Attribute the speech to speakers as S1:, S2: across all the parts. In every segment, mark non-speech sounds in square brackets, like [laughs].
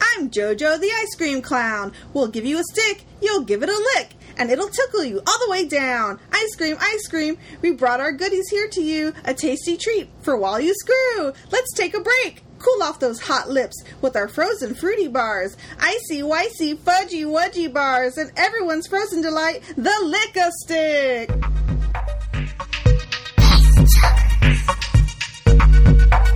S1: I'm JoJo the ice cream clown. We'll give you a stick, you'll give it a lick, and it'll tickle you all the way down. Ice cream, ice cream, we brought our goodies here to you, a tasty treat for while you screw. Let's take a break. Cool off those hot lips with our frozen fruity bars, icy, wicey, fudgy, wudgy bars, and everyone's frozen delight, the lick stick. [laughs]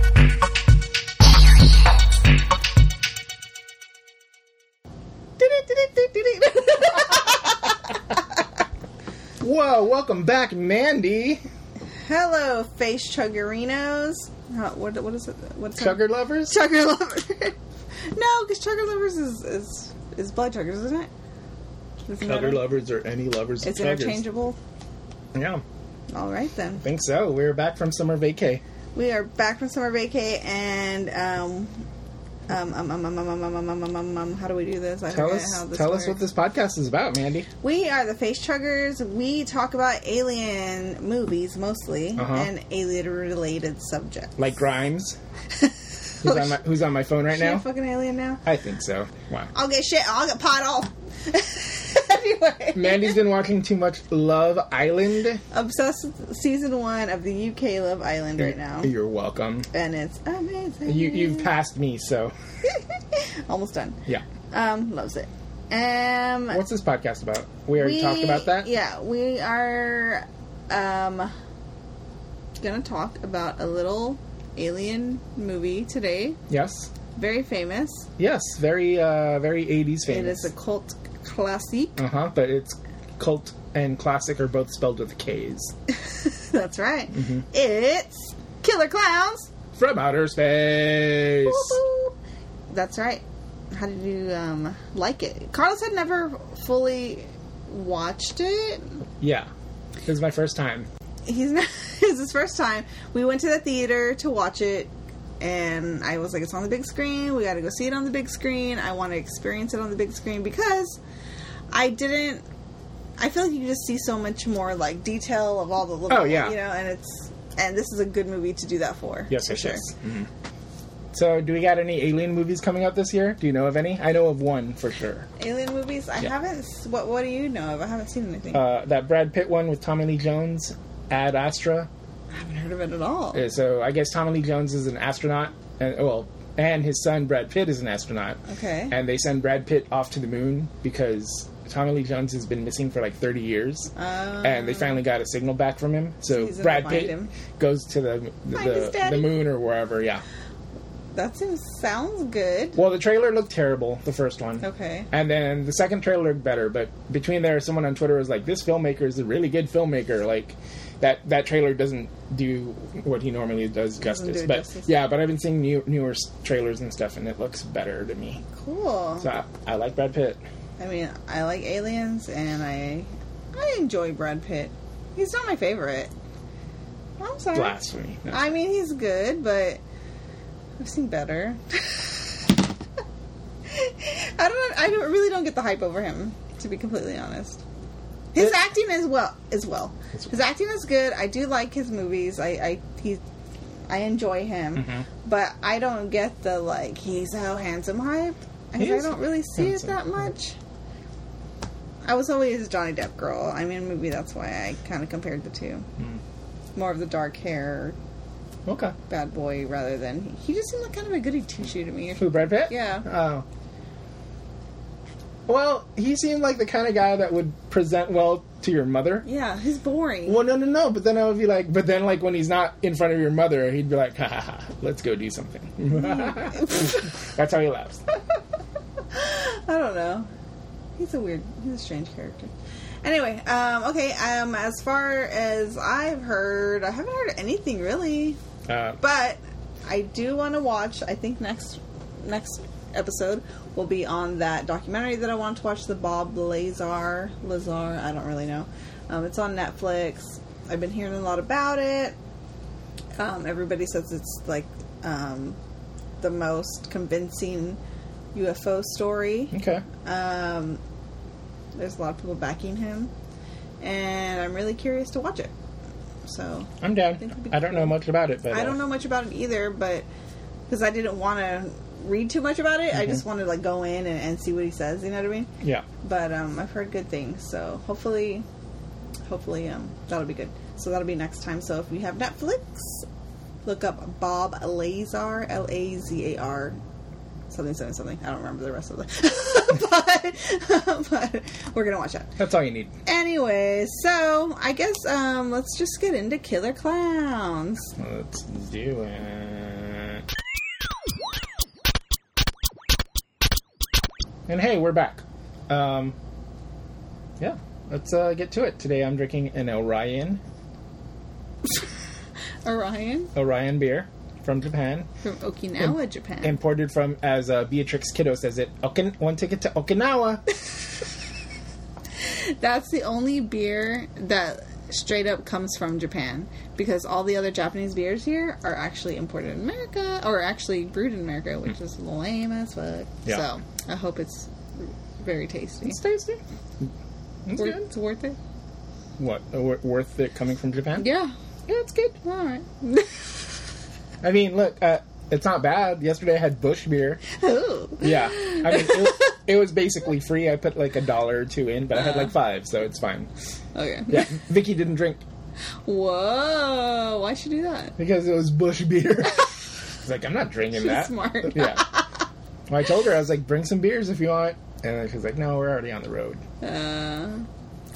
S2: Whoa, welcome back, Mandy.
S1: Hello, face chuggerinos. Uh, what, what is it? What's that?
S2: Chugger lovers?
S1: Chugger lover. [laughs] no, because chugger lovers is, is is blood chuggers, isn't it? Doesn't matter.
S2: Chugger lovers or any lovers
S1: It's
S2: of chuggers.
S1: interchangeable.
S2: Yeah,
S1: All right then.
S2: think so. We're back from summer vacay.
S1: We are back from summer vacay, and um, um, um, um, um, um, um, um, um, um, um, um, um, how do we do this? I
S2: Tell
S1: forget
S2: us
S1: how this
S2: tell us
S1: works.
S2: what this podcast is about, Mandy.
S1: We are the Face Chuggers. We talk about alien movies mostly
S2: Uh-huh.
S1: and alien related subjects. [laughs]
S2: Like Grimes. who's, on my, who's on my phone right
S1: Is she a
S2: now?
S1: fucking alien now?
S2: I think so. Wow.
S1: I'll get shit. I'll get pot off. [laughs] anyway,
S2: Mandy's been watching too much Love Island
S1: obsessed with season one of the UK Love Island right now, Mm.
S2: You're welcome.
S1: and it's amazing.
S2: You
S1: [laughs]
S2: you've passed me, so
S1: almost done.
S2: yeah.
S1: Um, loves it. Um,
S2: What's this podcast about? We already talked about that.
S1: Yeah, we are um gonna talk about a little alien movie today.
S2: Yes.
S1: Very famous.
S2: Yes. Very uh very 80s famous.
S1: It is a cult classic. [laughs]
S2: Uh huh. But it's cult and classic are both spelled with K's.
S1: That's right.
S2: Mm-hmm.
S1: It's Killer Clowns.
S2: From outer space.
S1: Woo-hoo. That's right. How did you um like it? Carlos had never fully watched it.
S2: yeah. This is my first time.
S1: he's not [laughs] it's his first time we went to the theater to watch it and i was like it's on the big screen we gotta go see it on the big screen i want to experience it on the big screen because i didn't i feel like you just see so much more like detail of all the little
S2: Oh, yeah.
S1: you know and it's and this is a good movie to do that for
S2: Yes,
S1: for
S2: yes, yes. Mhm. So, do we got any alien movies coming out this year? Do you know of any? I know of one for sure.
S1: alien movies i haven't s- what what do you know of i haven't seen anything
S2: Uh, that Brad Pitt one with Tommy Lee Jones, Ad Astra.
S1: i haven't heard of it at all
S2: Uh, So, I guess Tommy Lee Jones is an astronaut, and well, and his son Brad Pitt is an astronaut.
S1: okay
S2: And they send Brad Pitt off to the moon because Tommy Lee Jones has been missing for like 30 years.
S1: um,
S2: and they finally got a signal back from him. So
S1: He's gonna
S2: Brad
S1: find
S2: Pitt
S1: him.
S2: goes to the
S1: his
S2: the,
S1: daddy.
S2: the moon or wherever. Yeah.
S1: that seems sounds good
S2: Well, the trailer looked terrible, the first one.
S1: okay
S2: And then the second trailer looked better, but between there, someone on Twitter was like, "This filmmaker is a really good filmmaker." Like, that that trailer doesn't do what he normally does
S1: do
S2: justice.
S1: it
S2: but
S1: justice.
S2: yeah, but I've been seeing new, newer s- trailers and stuff, and it looks better to me.
S1: cool
S2: So I, I like Brad Pitt.
S1: I mean, I like aliens, and I I enjoy Brad Pitt. He's not my favorite. I'm sorry.
S2: Blasphemy. No.
S1: I mean, he's good, but I've seen better. [laughs] I don't. I don't, really don't get the hype over him, to be completely honest. His
S2: It-
S1: acting is well is well.
S2: It's-
S1: His acting is good. I do like his movies. I I he. I enjoy him,
S2: Mhm.
S1: but I don't get the like he's so handsome hype. I
S2: He
S1: I
S2: is
S1: don't really see
S2: handsome.
S1: it that much. I was always a Johnny Depp girl. I mean, maybe that's why I kind of compared the two.
S2: Mm.
S1: More of the dark hair
S2: Okay.
S1: bad boy rather than he just seemed like kind of a goody two shoe to
S2: [laughs]
S1: me.
S2: Who, Brad Pitt?
S1: Yeah.
S2: Oh. Well, he seemed like the kind of guy that would present well to your mother.
S1: Yeah, he's boring.
S2: Well, no, no, no. But then I would be like, but then like when he's not in front of your mother, he'd be like, ha ha, ha let's go
S1: [laughs]
S2: do something. That's how he laughs.
S1: I don't know. He's a weird, he's a strange character. Anyway, um, okay. Um, as far as I've heard, I haven't heard anything really,
S2: Uh,
S1: but I do want to watch. I think next next episode will be on that documentary that I want to watch, the Bob Lazar Lazar. I don't really know. Um, it's on Netflix. I've been hearing a lot about it. Um, everybody says it's like um, the most convincing UFO story.
S2: okay.
S1: Um, there's a lot of people backing him, and I'm really curious to watch it. So
S2: I'm
S1: think it'd
S2: down.
S1: be
S2: I don't know much about it, but
S1: I don't
S2: uh,
S1: know much about it either, but because I didn't want to read too much about it. I just want to like go in and, and see what he says. You know what I mean?
S2: Yeah.
S1: But um, I've heard good things, so hopefully, hopefully um, that'll be good. So that'll be next time. So if you have Netflix, look up Bob Lazar, L A Z A R, something something something. I don't remember the rest of the, [laughs] but, but we're gonna watch that
S2: That's all you need.
S1: anyway. So I guess um, let's just get into Killer Clowns.
S2: Let's do it. And hey, we're back. Um, yeah, let's uh, get to it. Today I'm drinking an Orion
S1: Orion
S2: Orion beer from Japan,
S1: from Okinawa, Japan.
S2: imported from, as uh, Beatrix Kiddo says it, Okin- one ticket to [laughs] Okinawa.
S1: That's the only beer that straight up comes from Japan because all the other Japanese beers here are actually imported in America or actually brewed in America, which is lame as fuck.
S2: Hmm. Yeah.
S1: So I hope it's very tasty. It's,
S2: tasty. It's
S1: worth,
S2: good.
S1: it's worth it.
S2: What? uh, wor- worth it coming from Japan?
S1: Yeah.
S2: Yeah, it's good.
S1: All right. [laughs]
S2: I mean, look, uh, it's not bad. Yesterday I had Bush beer.
S1: Ooh.
S2: Yeah, I mean, [laughs] it, it was basically free. I put like a dollar or two in, but I had like five, so it's fine.
S1: Okay.
S2: Yeah, Vicky didn't drink
S1: [laughs] Whoa. Why'd she do that?
S2: because it was Bush [laughs] beer. She's like, I'm not drinking that.
S1: smart.
S2: [laughs] Yeah. Well, I told her I was like, bring some beers if you want, and then she's like, No, we're already on the road.
S1: Uh,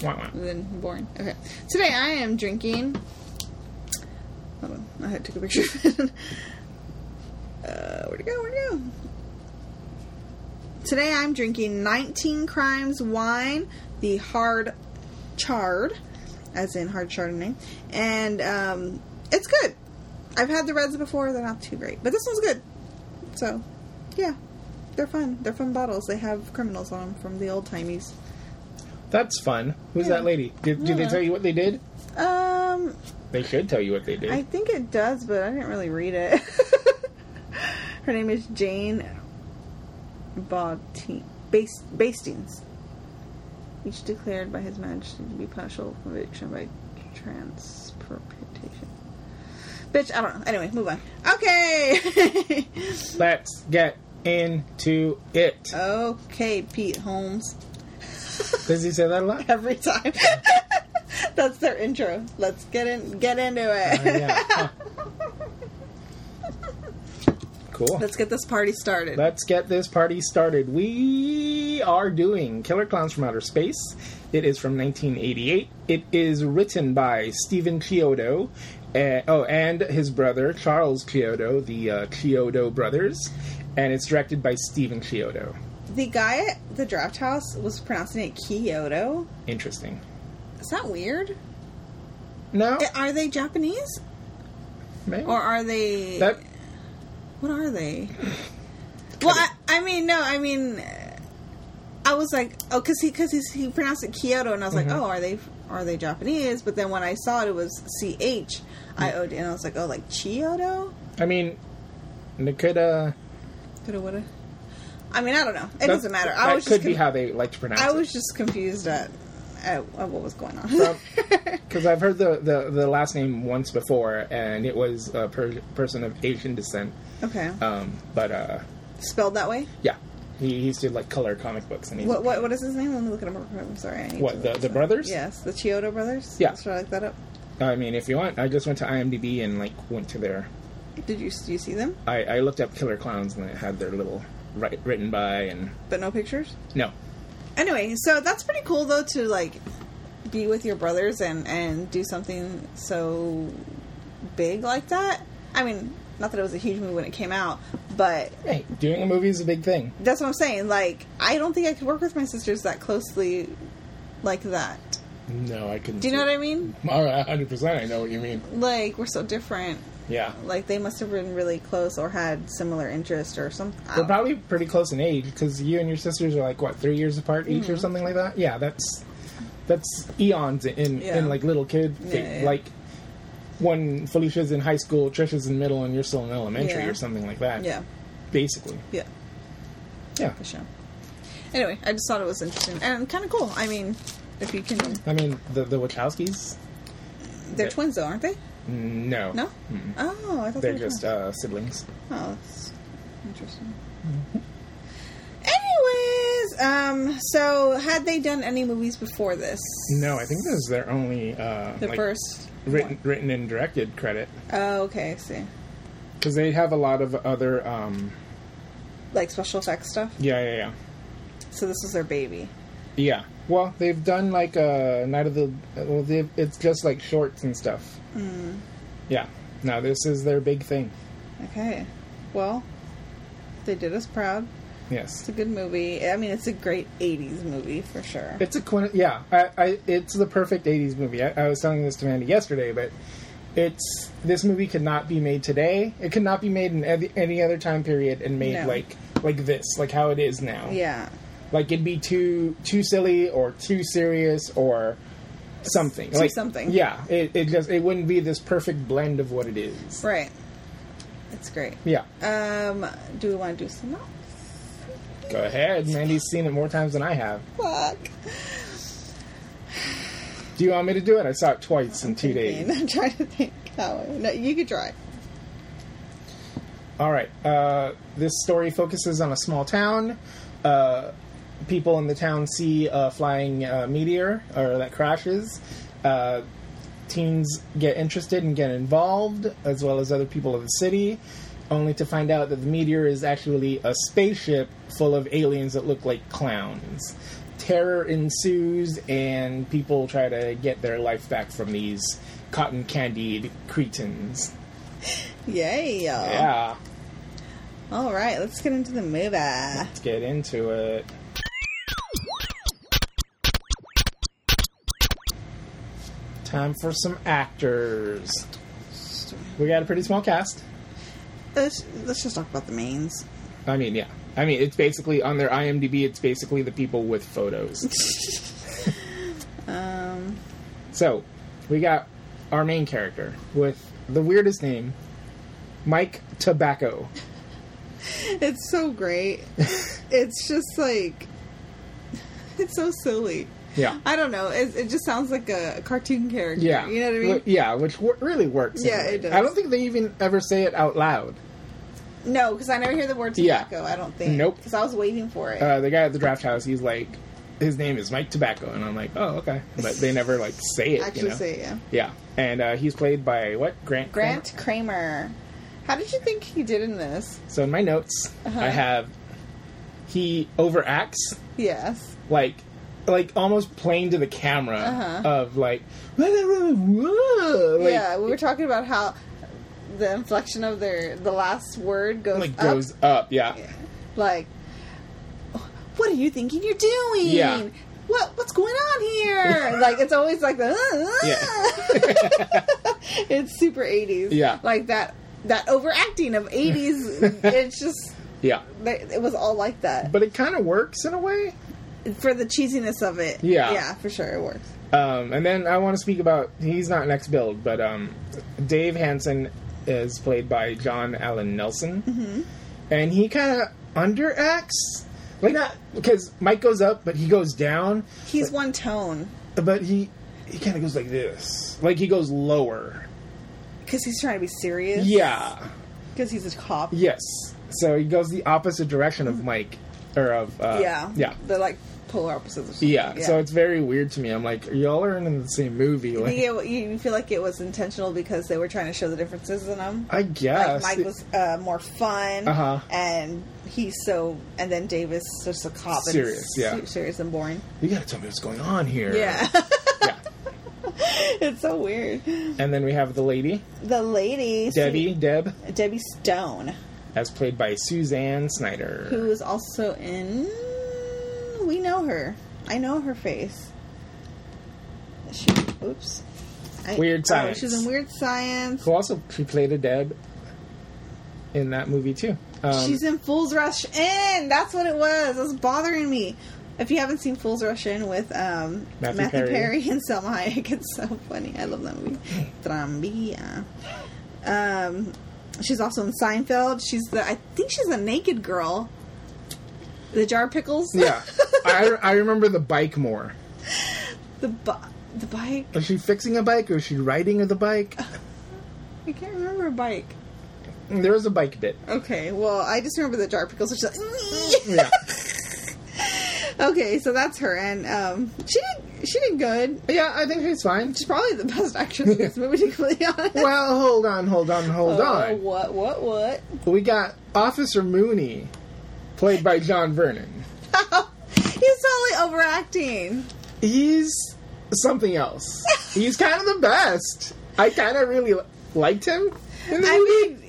S2: Wah, wah.
S1: then boring. Okay. Today I am drinking. Hold on, I had took a picture. [laughs] of it. uh, where'd it go? Where'd it go? Today I'm drinking 19 Crimes wine, the hard chard, as in hard chardonnay, and um, it's good. I've had the reds before; they're not too great, but this one's good. So, yeah, they're fun. They're fun bottles. They have criminals on them from the old timies.
S2: That's fun. Who's that lady? Did, did they
S1: Yeah.
S2: tell you what they did?
S1: Um,
S2: They should tell you what they did.
S1: I think it does, but I didn't really read it. [laughs] Her name is Jane Bautine- Bas- Bastings. Each declared by His Majesty to be partial conviction by transportation. Bitch, I don't know. Anyway, move on. Okay. [laughs]
S2: Let's get into it.
S1: okay, Pete Holmes.
S2: Does he say that
S1: [laughs]
S2: a lot?
S1: Every time. That's their intro. Let's get in. Get into it.
S2: Oh, yeah. Huh. Cool.
S1: [laughs] Let's get this party started.
S2: Let's get this party started. We are doing Killer Clowns from Outer Space. It is from 1988. It is written by Stephen Chiodo. Uh, oh, and his brother Charles Chiodo, the uh, Chiodo brothers, and it's directed by Stephen Chiodo.
S1: The guy at the draft house was pronouncing it Kyoto.
S2: Interesting.
S1: Is that weird?
S2: No,
S1: I- Are they Japanese
S2: maybe.
S1: or are they?
S2: that
S1: what are they? Well, I, I mean, no, I mean, uh, I was like, oh, because he because he pronounced it Kyoto, and I was
S2: Mm-hmm.
S1: like, oh, are they are they Japanese? But then when I saw it, it was C H I O D, and I was like, oh, like Kyoto.
S2: I mean, Nakuda.
S1: Coulda, woulda. I mean, I don't know. It
S2: that-
S1: doesn't matter. I
S2: that
S1: was
S2: could
S1: just
S2: be
S1: con-
S2: how they like to pronounce
S1: I
S2: it.
S1: was just confused at, at, at what was going on.
S2: Because I've heard the, the, the last name once before, and it was a per- person of Asian descent.
S1: [laughs] okay,
S2: Um, but uh,
S1: spelled that way.
S2: yeah, he, he used to like color comic books, and he
S1: What, what what is his name? Let me look it up. real quick. I'm sorry. I need
S2: What,
S1: to-
S2: the- the brothers?
S1: Yes, the Chiodo brothers.
S2: Yeah.
S1: Should I look that up?
S2: I mean, if you want, I just went to IMDb and like went to their.
S1: Did you do you see them?
S2: I, I looked up Killer Clowns, and it had their little write, written by and
S1: But no pictures.
S2: no,
S1: Anyway, so that's pretty cool though to like be with your brothers and and do something so big like that. I mean, not that it was a huge movie when it came out, but
S2: hey, doing a movie is a big thing.
S1: that's what I'm saying. Like, I don't think I could work with my sisters that closely like that.
S2: No, I couldn't.
S1: Do you know what I mean?
S2: All right, hundred percent. I know what you mean.
S1: Like, we're so different.
S2: Yeah,
S1: Like, they must have been really close or had similar interests or something.
S2: we're probably pretty close in age because you and your sisters are like what three years apart each
S1: Mm-hmm.
S2: or something like that. Yeah, that's that's eons in
S1: Yeah.
S2: in like little kid
S1: Yeah,
S2: thing.
S1: yeah.
S2: like when Felicia's in high school, Trisha's in middle, and you're still in elementary
S1: Yeah.
S2: or something like that.
S1: Yeah,
S2: basically.
S1: yeah,
S2: Yeah,
S1: for sure. Anyway, I just thought it was interesting and kind of cool. I mean, if you can,
S2: I mean the the Wachowskis.
S1: they're twins though, aren't they?
S2: No,
S1: No. Oh, I thought
S2: they're
S1: they were
S2: just
S1: twins.
S2: uh, siblings.
S1: Oh, that's Interesting.
S2: [laughs]
S1: Anyways, um, so had they done any movies before this?
S2: No, I think this is their only uh,
S1: The
S2: like,
S1: first.
S2: written
S1: one.
S2: written and directed credit
S1: Oh, okay. I see.
S2: because they have a lot of other. Um,
S1: Like special effects stuff.
S2: yeah, yeah, yeah,
S1: So this was their baby.
S2: yeah. Well, they've done like a Night of the. Well, they've- it's just like shorts and stuff.
S1: Hmm.
S2: Yeah. No, this is their big thing.
S1: Okay. Well, they did us proud.
S2: Yes.
S1: It's a good movie. I mean, it's a great 80s movie for sure.
S2: It's a quin- yeah. I, I it's the perfect '80s movie. I, I was telling this to Mandy yesterday, but it's this movie could not be made today. It could not be made in any, any other time period and made
S1: No.
S2: like like this, like how it is now.
S1: Yeah.
S2: Like it'd be too too silly or too serious or something. Too like
S1: something.
S2: Yeah. It, it just it wouldn't be this perfect blend of what it is.
S1: Right. It's great.
S2: Yeah.
S1: Um, do we want to do some else?
S2: Go ahead. Mandy's seen it more times than I have.
S1: Fuck.
S2: Do you want me to do it? I saw it twice in two
S1: [laughs]
S2: days.
S1: I'm trying to think. How, no, you could try.
S2: All right. Uh, this story focuses on a small town. Uh, people in the town see a flying uh, meteor or that crashes. Uh, teens get interested and get involved, as well as other people of the city, only to find out that the meteor is actually a spaceship full of aliens that look like clowns. Terror ensues, and people try to get their life back from these cotton candied cretins.
S1: Yay. Yeah.
S2: Yeah.
S1: All right, let's get into the movie.
S2: Let's get into it. Time for some actors. We got a pretty small cast.
S1: Let's, let's just talk about the mains.
S2: I mean, yeah. I mean, it's basically on their IMDb. It's basically the people with photos.
S1: Um,
S2: so, we got our main character with the weirdest name, Mike Tobacco.
S1: it's so great.
S2: [laughs]
S1: it's just like, [laughs] it's so silly.
S2: Yeah.
S1: I don't know. It, it just sounds like a cartoon character.
S2: Yeah.
S1: You know what I mean?
S2: Wh- Yeah, which wor- really works. in a
S1: Yeah,
S2: way.
S1: it does.
S2: I don't think they even ever say it out loud.
S1: No, because I never hear the word
S2: Yeah.
S1: tobacco. I don't think.
S2: Nope.
S1: Because I was waiting for it.
S2: uh, the guy at the draft house, he's like, his name is Mike Tobacco, and I'm like, oh, okay. But they never like say it.
S1: Actually,
S2: you know?
S1: say it, yeah.
S2: Yeah, and uh, he's played by what Grant? Kramer?
S1: Grant Kramer. How did you think he did in this?
S2: So in my notes,
S1: Uh-huh.
S2: I have he overacts
S1: Yes.
S2: like. Like almost playing to the camera
S1: Uh-huh.
S2: of like, [laughs] whoa, like,
S1: yeah, we were talking about how the inflection of their the last word goes
S2: like
S1: up.
S2: goes up, yeah.
S1: Yeah. Like, what are you thinking you're doing?
S2: Yeah.
S1: What what's going on
S2: [laughs]
S1: here? like it's always like the. "Uh,
S2: [laughs]
S1: it's super eighties.
S2: Yeah.
S1: Like that that overacting of
S2: [laughs]
S1: eighties. it's just
S2: yeah,
S1: they, it was all like that
S2: But it kind of works in a way.
S1: for the cheesiness of it.
S2: Yeah.
S1: yeah, for sure it works.
S2: Um, and then I want to speak about he's not next build, but um, Dave Hansen is played by John Allen Nelson,
S1: Mm-hmm.
S2: and he kind of underacts, like not because Mike goes up, but he goes down,
S1: He's one tone
S2: but he he kind of goes like this, like he goes lower.
S1: because he's trying to be serious.
S2: Yeah,
S1: because he's a cop.
S2: yes. So he goes the opposite direction of Mike, or of uh,
S1: Mm-hmm. yeah,
S2: yeah.
S1: They're like polar opposites. Or something.
S2: Yeah, so it's very weird to me. I'm like, y'all are in the same movie.
S1: You
S2: Like,
S1: get what- you feel like it was intentional because they were trying to show the differences in them.
S2: Ah, I guess.
S1: Like Mike was uh, more fun,
S2: Uh-huh.
S1: and he's so, and then Davis just a cop,
S2: Serious,
S1: and
S2: yeah.
S1: se- serious and boring.
S2: you gotta tell me what's going on here.
S1: Yeah, [laughs]
S2: yeah.
S1: it's so weird.
S2: And then we have the lady,
S1: The lady
S2: Debbie, Deb,
S1: Debbie Stone,
S2: as played by Suzanne Snyder.
S1: who is also in. We know her. I know her face. She, oops. I-
S2: Weird
S1: Oh,
S2: Science.
S1: she's in Weird Science.
S2: Who also she played a Deb in that movie too. Um,
S1: She's in Fools Rush In. That's what it was. That's bothering me. If you haven't seen Fools Rush In with um, Matthew,
S2: Matthew
S1: Perry.
S2: Perry.
S1: and Selma Hayek, [laughs] it's so funny. I love that
S2: [laughs]
S1: movie. Trambia. Um, she's also in Seinfeld. She's the I think she's the naked girl. The jar of pickles. [laughs]
S2: [laughs] yeah, I, I remember the bike more.
S1: the bi- the bike.
S2: Was she fixing a bike or was she riding the bike?
S1: I can't remember a bike.
S2: There is a bike bit.
S1: Okay, well, I just remember the jar pickles. She's like, [laughs]
S2: Yeah.
S1: okay, so that's her, and um, she did she did good.
S2: yeah, I think she's fine.
S1: She's probably the best actress in
S2: [laughs]
S1: this movie, to be completely honest.
S2: Well, hold on, hold on, hold
S1: Oh,
S2: on.
S1: what, what, what? [laughs]
S2: We got Officer Mooney, played by John Vernon.
S1: He's totally overacting.
S2: He's
S1: [laughs]
S2: something else. He's kind of the best. I kind of really li- liked him. In the
S1: I
S2: movie.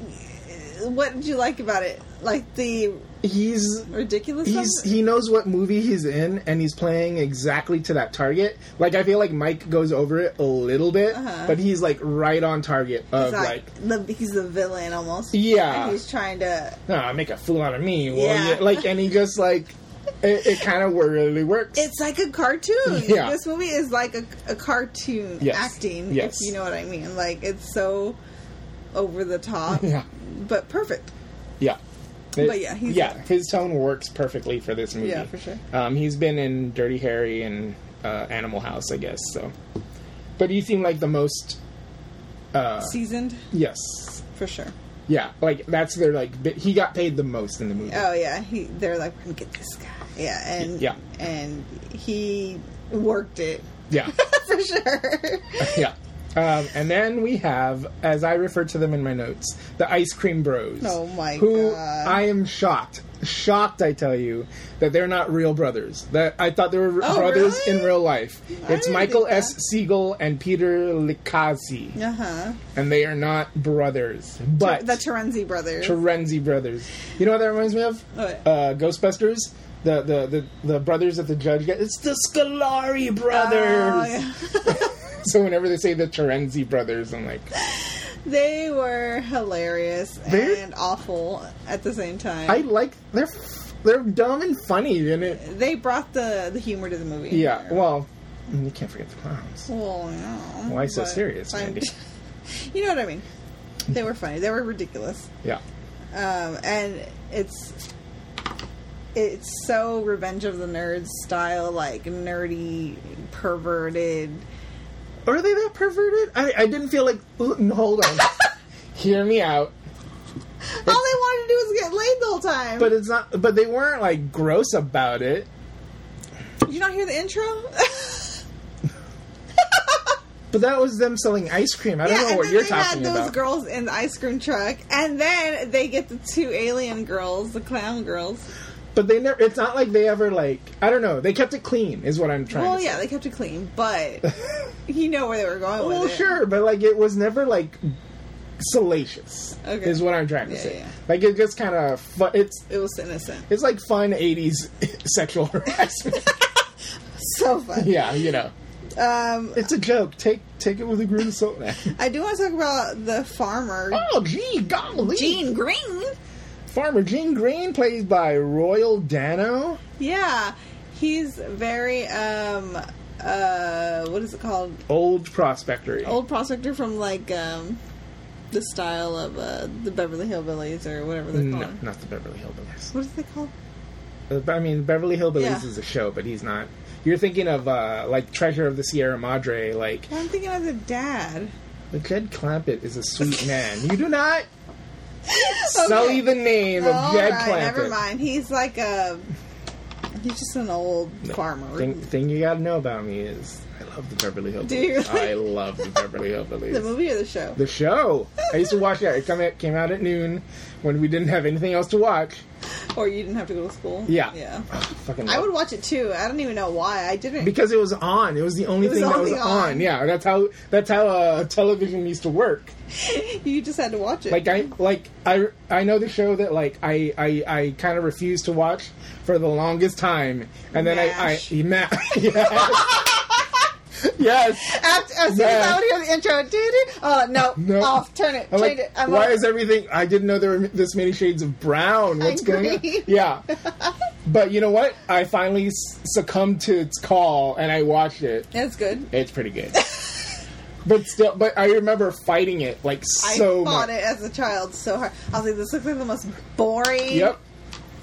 S1: mean, what did you like about it? Like the
S2: he's
S1: ridiculous.
S2: he's
S1: stuff?
S2: he knows what movie he's in and he's playing exactly to that target. Like I feel like Mike goes over it a little bit,
S1: Uh-huh.
S2: but he's like right on target of
S1: He's
S2: like,
S1: the, he's the villain almost.
S2: Yeah.
S1: and he's trying to.
S2: "Ah, make a fool out of me. will
S1: Yeah.
S2: ya?" Like and he just like it, it kind of really works.
S1: It's like a cartoon.
S2: Yeah.
S1: This movie is like a, a cartoon
S2: Yes.
S1: acting.
S2: Yes.
S1: if you know what I mean. Like it's so over the top,
S2: [laughs] yeah.
S1: but perfect.
S2: Yeah.
S1: But yeah, he's-
S2: yeah, his tone works perfectly for this movie.
S1: Yeah, for sure.
S2: Um, he's been in Dirty Harry and uh, Animal House, I guess. So, but he seemed like the most. Uh,
S1: Seasoned
S2: yes,
S1: for sure.
S2: yeah, like that's their like. Bit, he got paid the most in the movie.
S1: Oh yeah, he. They're like, we're gonna get this guy. Yeah, and
S2: Yeah.
S1: and he worked it [laughs]
S2: Yeah, [laughs]
S1: for sure.
S2: yeah. Um, and then we have, as I refer to them in my notes, the Ice Cream Bros.
S1: Oh my
S2: who
S1: God.
S2: I am shocked, shocked. I tell you that they're not real brothers. That I thought they were
S1: Oh,
S2: brothers
S1: really?
S2: in real life. It's
S1: didn't
S2: Michael
S1: think that.
S2: S. Siegel and Peter Licazzi,
S1: uh huh.
S2: and they are not brothers, but
S1: the Terenzi brothers.
S2: Terenzi brothers. You know what that reminds me of?
S1: What?
S2: Uh, Ghostbusters. The, the, the, the brothers that the judge gets. It's the Scolari brothers.
S1: Oh, yeah.
S2: [laughs] So whenever they say the Terenzi brothers, I'm like,
S1: they were hilarious
S2: They're-
S1: and awful at the same time.
S2: I like they're f- they're dumb and funny in it.
S1: they brought the, the humor to the movie.
S2: Yeah. Well, you can't forget the clowns.
S1: Well, no.
S2: Why so
S1: but
S2: serious,
S1: I'm-
S2: Mandy?
S1: [laughs] you know what I mean. They were funny. They were ridiculous.
S2: Yeah.
S1: Um, and it's it's so Revenge of the Nerds style, like nerdy, perverted.
S2: Are they that perverted? I I didn't feel like. [laughs] l- Hold on. Hear me out.
S1: All they wanted to do was get laid the whole time.
S2: But it's not. But they weren't like gross about it.
S1: did you not hear the intro? [laughs]
S2: But that was them selling ice cream. I don't know
S1: and
S2: what
S1: then
S2: you're
S1: they
S2: talking
S1: had those
S2: about.
S1: girls in the ice cream truck, and then they get the two alien girls, the clown girls.
S2: But they never. It's not like they ever like. I don't know. They kept it clean, is what I'm trying.
S1: Well,
S2: to
S1: yeah,
S2: Say.
S1: they kept it clean,
S2: [laughs]
S1: but you know where they were going
S2: Well,
S1: with it.
S2: sure, but like it was never like salacious.
S1: Okay.
S2: Is what I'm trying to
S1: Yeah,
S2: say.
S1: yeah.
S2: Like it just kind of. Fu- it's
S1: It was innocent.
S2: it's like fun '80s [laughs]
S1: [laughs]
S2: sexual harassment.
S1: So fun.
S2: yeah, you know.
S1: Um,
S2: It's a joke. Take take it with a grain of salt.
S1: I do want to talk about the farmer,
S2: oh, gee, golly.
S1: Gene Green.
S2: Farmer Gene Green, played by Royal Dano.
S1: Yeah, he's very um, uh, what is it called?
S2: Old prospector.
S1: Old prospector from like um, the style of uh, the Beverly Hillbillies or whatever they're
S2: No,
S1: called.
S2: not the Beverly Hillbillies.
S1: What is it called?
S2: Uh, I mean, Beverly Hillbillies
S1: Yeah.
S2: is a show, but he's not. You're thinking of uh, like Treasure of the Sierra Madre, like
S1: I'm thinking of the dad.
S2: Jed Clampett is
S1: [laughs]
S2: a sweet man. You do not sully the name of
S1: All
S2: Jed
S1: right,
S2: Clampett.
S1: never mind. He's like a. He's just an old farmer.
S2: Thing, thing you gotta know about me is I love the Beverly Hillbillies.
S1: Do you really?
S2: I love the Beverly
S1: [laughs]
S2: Hillbillies.
S1: the movie or the show?
S2: The show. I used to watch that. It come out, came out at noon when we didn't have anything else to watch.
S1: or you didn't have to go to school?
S2: Yeah.
S1: Yeah.
S2: [sighs] Fucking
S1: I would watch it too. I don't even know why. I didn't.
S2: because it was on. It was the only
S1: It was
S2: thing that
S1: only
S2: was on.
S1: on.
S2: Yeah, that's how that's how uh, television used to work.
S1: [laughs] you just had to watch it.
S2: Like I like I I know the show that like I I, I kind of refused to watch for the longest time, and then
S1: MASH.
S2: I I ma- yes. [laughs]
S1: [laughs]
S2: yes.
S1: After, as soon as I would hear the intro, did it? Oh no!
S2: No.
S1: Off. Turn it. Change
S2: I'm like,
S1: it. I'm
S2: why
S1: off.
S2: is everything? I didn't know there were this many shades of brown. What's going on?
S1: Angry. [laughs]
S2: Yeah, but you know what? I finally s- succumbed to its call and I watched it.
S1: That's good.
S2: It's
S1: [laughs]
S2: pretty good, but still, but I remember fighting it like so
S1: I fought
S2: much.
S1: it as a child so hard. I was like, this looks like the most boring
S2: Yep,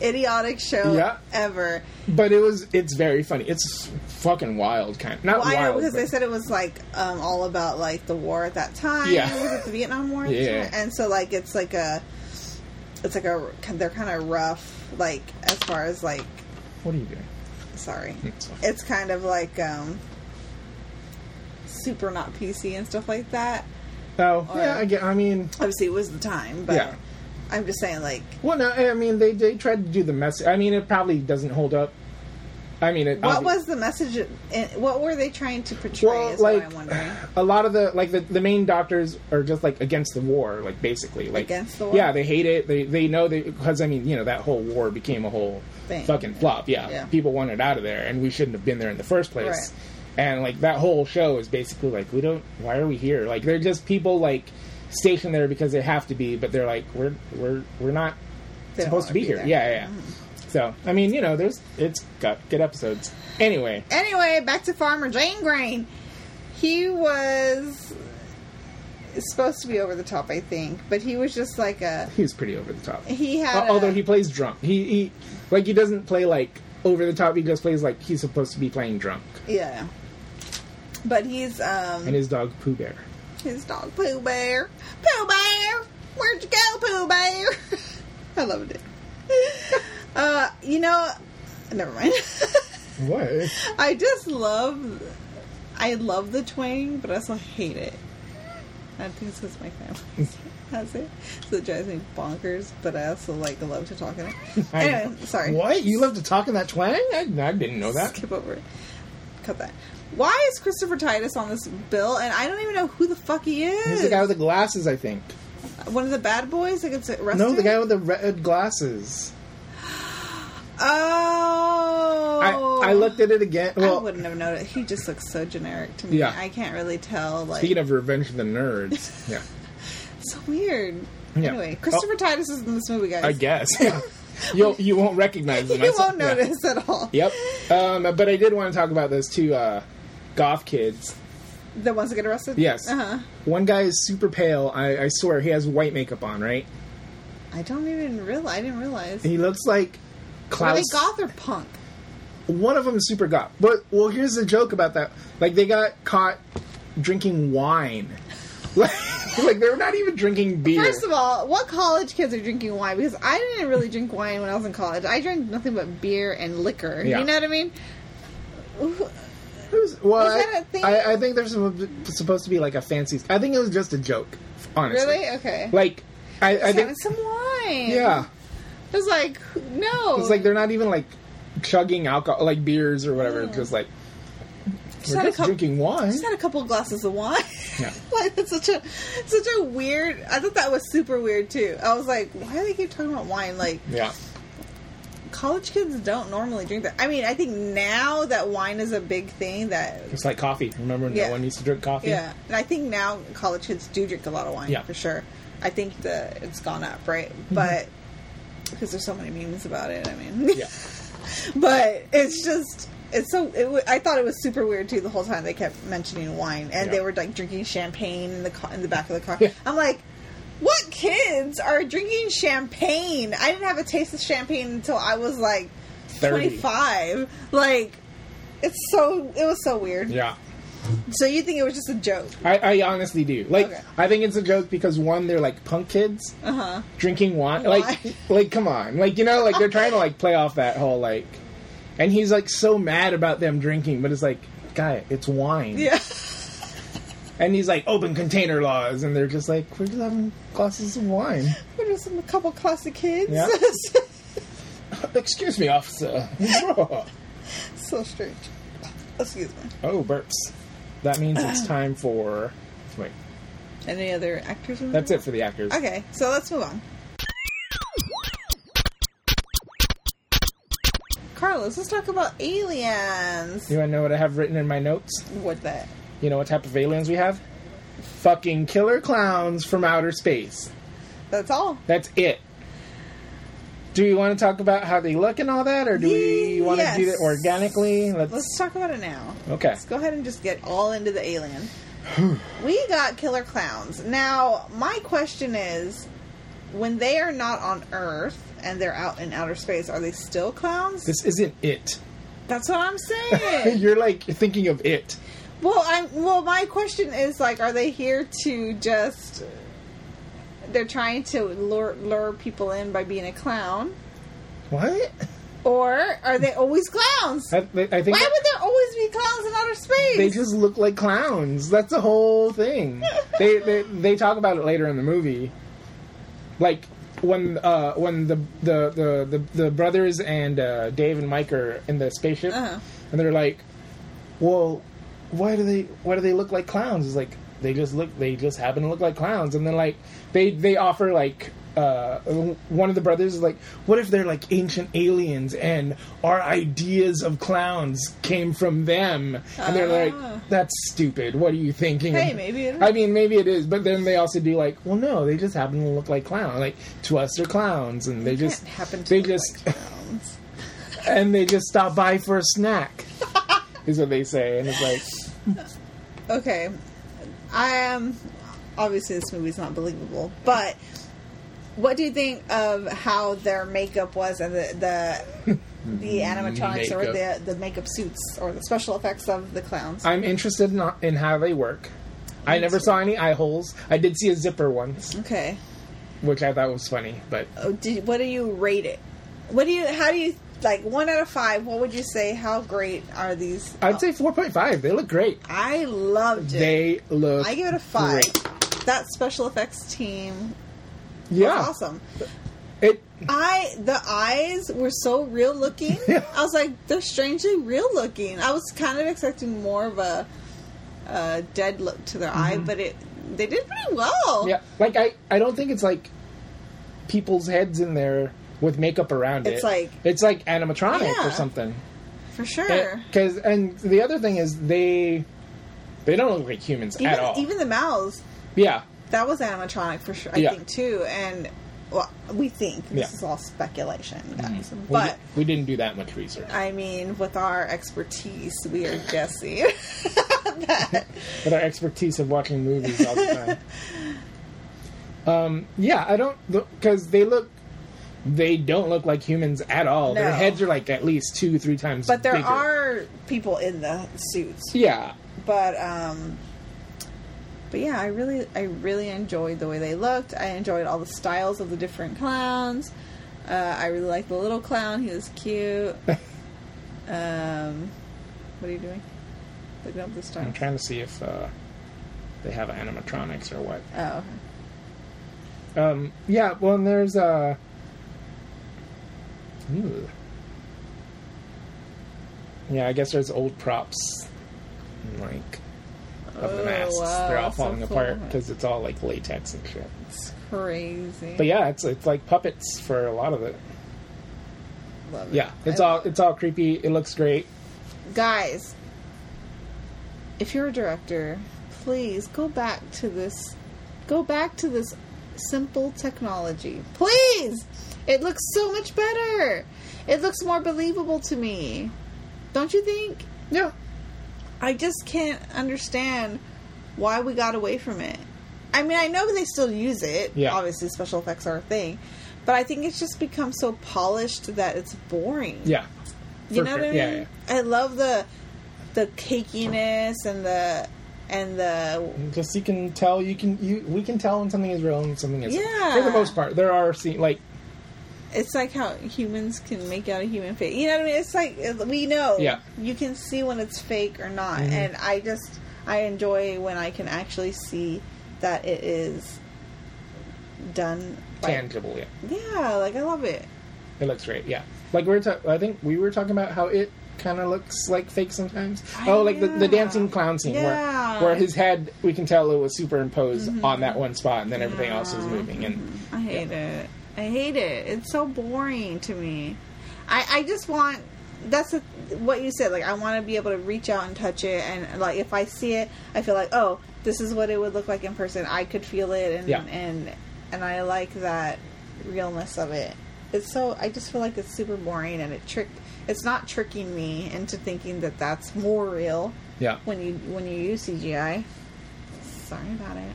S1: idiotic show
S2: Yeah.
S1: ever.
S2: But it was it's very funny. It's fucking wild kind. Not
S1: Well, I know
S2: wild.
S1: because they
S2: but-
S1: said it was like um, all about like the war at that time.
S2: Yeah.
S1: was it the Vietnam War? at the
S2: Yeah.
S1: time? and so like it's like a, it's like a they're kind of rough like as far as like
S2: what are you doing?
S1: sorry,
S2: It's fine.
S1: it's kind of like um, super not PC and stuff like that.
S2: Oh, yeah,
S1: Or-
S2: I get I mean,
S1: Obviously, it was the time, but
S2: Yeah.
S1: I'm just saying like
S2: well no, I mean they they tried to do the message. I mean, it probably doesn't hold up. I mean, it
S1: what
S2: obvi-
S1: was the message? in- what were they trying to portray?
S2: well,
S1: is
S2: like
S1: what I'm
S2: [sighs]
S1: wondering.
S2: a lot of the like the, the main doctors are just like against the war, like basically like
S1: Against the war?
S2: Yeah, they hate it. They they know they because I mean you know that whole war became a whole
S1: Thing.
S2: fucking flop. Yeah.
S1: Yeah.
S2: people wanted out of there, and we shouldn't have been there in the first place.
S1: Right.
S2: And like that whole show is basically like we don't. Why are we here? Like they're just people like stationed there because they have to be, but they're like we're we're we're not
S1: They don't
S2: supposed to
S1: wanna
S2: be,
S1: be
S2: here.
S1: there. Mm.
S2: Yeah, yeah. yeah. So I mean, you know, there's it's got good episodes. Anyway,
S1: Anyway, back to Farmer Jane Grain. He was supposed to be over the top, I think, but he was just like a
S2: he's pretty over
S1: [laughs]
S2: the top.
S1: he had.
S2: Al-
S1: a-
S2: Uh, although he plays drunk. He, he like he doesn't play like over the top. He just plays like he's supposed to be playing drunk.
S1: yeah, but he's um
S2: And his dog Pooh Bear.
S1: his dog Pooh Bear. Pooh Bear, where'd you go, Pooh Bear? [laughs] I loved
S2: [laughs]
S1: it. uh, you know, never mind. [laughs]
S2: What?
S1: I just love, I love the Twain, but I also hate it. I think it's because my family [laughs] has it, so it drives me bonkers. But I also like love to talk in
S2: [laughs]
S1: it. Anyway, sorry.
S2: What? You love to talk in that twang? I, I didn't know that.
S1: Skip over it. Cut that. Why is Christopher Titus on this bill? And I don't even know who the fuck he is.
S2: He's the guy with the glasses, I think.
S1: One of the bad boys that gets arrested.
S2: No, the guy with the red glasses.
S1: Oh.
S2: I, I looked at it again.
S1: I
S2: Well,
S1: wouldn't have noticed. He just looks so generic to me.
S2: Yeah.
S1: I can't really tell. Like,
S2: speaking of Revenge of
S1: [laughs]
S2: the Nerds, yeah,
S1: so weird.
S2: Yeah. Oh.
S1: Anyway, Christopher Titus is in this movie, guys. [laughs]
S2: I guess. [laughs] You'll you won't recognize
S1: you
S2: them. I saw-
S1: won't
S2: yeah.
S1: notice at all.
S2: Yep. Um, but I did want to talk about those two uh, goth kids.
S1: The ones that get arrested?
S2: Yes.
S1: Uh-huh.
S2: One guy is super pale. I, I swear he has white makeup on, right?
S1: I don't even realize. I didn't realize.
S2: He looks like
S1: Are
S2: Klaus.
S1: they goth or punk?
S2: One of them is super goth. But well, here's the joke about that. Like they got caught drinking wine. [laughs] Like, like they were not even drinking beer.
S1: First of all, what college kids are drinking wine? Because I didn't really drink wine when I was in college. I drank nothing but beer and liquor.
S2: Yeah.
S1: You know what I mean? Ooh,
S2: It was- well,
S1: was that
S2: I-
S1: a thing?
S2: I, I think there's supposed supposed to be like a fancy. I think it was just a joke. Honestly.
S1: Really? Okay.
S2: Like I, I
S1: Just
S2: think.
S1: having some wine.
S2: Yeah.
S1: It was like, no.
S2: It's like they're not even like chugging alcohol, like beers or whatever. It's just like
S1: Oh. Just
S2: we're
S1: had a
S2: just
S1: cup-
S2: drinking wine.
S1: just had a couple glasses of wine.
S2: Yeah.
S1: [laughs] like that's such a such a weird. I thought that was super weird too. I was like, why do they keep talking about wine? Like
S2: Yeah.
S1: college kids don't normally drink that. I mean, I think now that wine is a big thing. That
S2: It's like coffee. Remember, when
S1: Yeah.
S2: no one used to drink coffee.
S1: yeah, and I think now college kids do drink a lot of wine
S2: Yeah. Mm-hmm.
S1: for sure. I think the it's gone up, right? But because there's so many memes about it. I mean,
S2: Yeah.
S1: but it's just it's so it w- i thought it was super weird too the whole time they kept mentioning wine and
S2: Yeah.
S1: they were like drinking champagne in the car in the back of the car
S2: Yeah.
S1: i'm like what kids are drinking champagne i didn't have a taste of champagne until i was like
S2: 30.
S1: 25 like it's so it was so weird
S2: Yeah.
S1: so you think it was just a joke
S2: I, I honestly do. Like,
S1: Okay. Uh-huh.
S2: I think it's a joke because one, they're like punk kids drinking wine. Like,
S1: Wine.
S2: like come on, like you know, like they're trying to like play off that whole like, and he's like so mad about them drinking, but it's like, guy, it's wine.
S1: yeah [laughs]
S2: And he's like open container laws, and they're just like, we're just having glasses of
S1: [laughs]
S2: wine.
S1: we're just a couple classic kids
S2: Yeah. Excuse me, officer.
S1: [laughs]
S2: [laughs]
S1: so strange excuse me
S2: oh, burps. That means
S1: [sighs]
S2: it's time for. Wait,
S1: any other actors in the
S2: that's it for the actors.
S1: Okay, so let's move on. Carlos, let's talk about aliens.
S2: You want to know what I have written in my notes?
S1: What that?
S2: You know what type of aliens we have? Fucking killer clowns from outer space.
S1: That's all.
S2: That's it. Do we want to talk about how they look and all that, or do we
S1: Ye-
S2: want to do
S1: yes.
S2: that organically? Let's,
S1: Let's talk about it now.
S2: okay.
S1: Let's go ahead and just get all into the
S2: [sighs]
S1: alien. we got killer clowns. Now, my question is when they are not on Earth and they're out in outer space, are they still clowns?
S2: This isn't it.
S1: That's what
S2: [laughs]
S1: I'm saying.
S2: You're like thinking of it.
S1: well, I'm well. My question is like, are they here to just? They're trying to lure lure people in by being a clown,
S2: What?
S1: or are they always clowns?
S2: I, I think
S1: Why would there always be clowns in outer space?
S2: they just look like clowns. That's the whole thing. they, they they talk about it later in the movie. Like when uh, when the the, the, the, the brothers and uh, Dave and Mike are in the spaceship,
S1: Uh-huh.
S2: and they're like, "Well, why do they why do they look like clowns?" It's like they just look they just happen to look like clowns, and then like they they offer like. Uh, one of the brothers is like, "What if they're like ancient aliens, and our ideas of clowns came from them?" And they're
S1: Ah.
S2: like, "That's stupid. What are you thinking?"
S1: Hey, maybe it is.
S2: I mean, maybe it is, but then they also do like, "Well, no, they just happen to look like clowns. Like to us, they're clowns, and they, just
S1: Can't happen to
S2: they
S1: look
S2: just [laughs]
S1: like clowns.
S2: and they just stop by for a snack." is what they say, and it's like,
S1: okay. I am obviously this movie's not believable, but what do you think of how their makeup was and the the, the animatronics or the
S2: Makeup.
S1: the makeup suits or the special effects of the clowns?
S2: I'm interested in, in how they work. I never saw any eye holes. I did see a zipper once,
S1: okay.
S2: which I thought was funny, but
S1: Oh, did, what do you rate it? What do you? How do you like one out of five? What would you say? How great are these?
S2: I'd say 4.5. They look great.
S1: I loved it.
S2: They look.
S1: I give it a five.
S2: great.
S1: That special effects team was
S2: Yeah,
S1: awesome.
S2: it
S1: I the eyes were so real looking.
S2: [laughs] Yeah.
S1: I was like, they're strangely real looking. I was kind of expecting more of a, a dead look to their eye, but it they did pretty well.
S2: Mm-hmm. Yeah, like I, I don't think it's like people's heads in there with makeup around it.
S1: It's like-
S2: it's like animatronic
S1: Yeah.
S2: or something.
S1: for sure.
S2: Because and the other thing is they they don't look like humans
S1: even
S2: at all.
S1: even the mouths
S2: yeah,
S1: that was animatronic for sure. I
S2: Yeah.
S1: think too, and well, we think this
S2: Yeah. Mm-hmm.
S1: is all speculation, guys.
S2: we,
S1: But
S2: di- we didn't do that much research.
S1: I mean, with our expertise, we are guessing. [laughs] that
S2: with our expertise of watching movies all the
S1: [laughs]
S2: time. um, yeah, I don't because they look. They don't look like humans at all. Their
S1: No.
S2: heads are like at least two, three times.
S1: But there
S2: bigger.
S1: are people in the suits.
S2: Yeah,
S1: But um but yeah, I really I really enjoyed the way they looked. I enjoyed all the styles of the different clowns. Uh, I really liked the little clown. He was
S2: [laughs]
S1: cute. um what are you doing? Looking up the
S2: I'm
S1: style.
S2: trying to see if uh, they have animatronics or what.
S1: Oh, okay.
S2: Um, yeah, well, and there's uh, ooh. yeah, I guess there's old props, like of the
S1: Oh,
S2: masks.
S1: wow,
S2: They're all
S1: so
S2: falling
S1: cool.
S2: apart because it's all like latex and shit.
S1: it's crazy.
S2: But yeah, it's it's like puppets for a lot of it.
S1: Love it.
S2: Yeah, it's
S1: I-
S2: all it's all creepy. It looks great.
S1: guys. If you're a director, please go back to this. Go back to this simple technology, please. It looks so much better. It looks more believable to me. Don't you think?
S2: Yeah,
S1: I just can't understand why we got away from it. I mean, I know they still use it.
S2: Yeah.
S1: Obviously, special effects are a thing. But I think it's just become so polished that it's boring.
S2: yeah,
S1: You
S2: For
S1: know
S2: sure.
S1: what I mean?
S2: Yeah,
S1: I love the the cakiness and the and the
S2: Just you can tell you can you we can tell when something is real and something isn't.
S1: Yeah.
S2: For the most part, there are scene like
S1: it's like how humans can make out a human face. You know what I mean? It's like we know
S2: Yeah. Mm-hmm.
S1: you can see when it's fake or not. And I just I enjoy when I can actually see that it is done by-
S2: tangible. Yeah,
S1: Yeah, like I love it.
S2: it looks great. Yeah, like we we're ta- I think we were talking about how it kind of looks like fake sometimes. oh, like the, the
S1: yeah.
S2: dancing clown scene
S1: Yeah. Mm-hmm.
S2: where where his head we can tell it was superimposed on that one spot and then everything else is moving and
S1: I hate it. I hate it. It's so boring to me. I, I just want that's the what you said. Like I want to be able to reach out and touch it, and like if I see it, I feel like oh, this is what it would look like in person. I could feel it, and
S2: Yeah.
S1: and and I like that realness of it. It's so I just feel like it's super boring, and it trick. It's not tricking me into thinking that that's more real
S2: yeah.
S1: when you when you use CGI. sorry about it.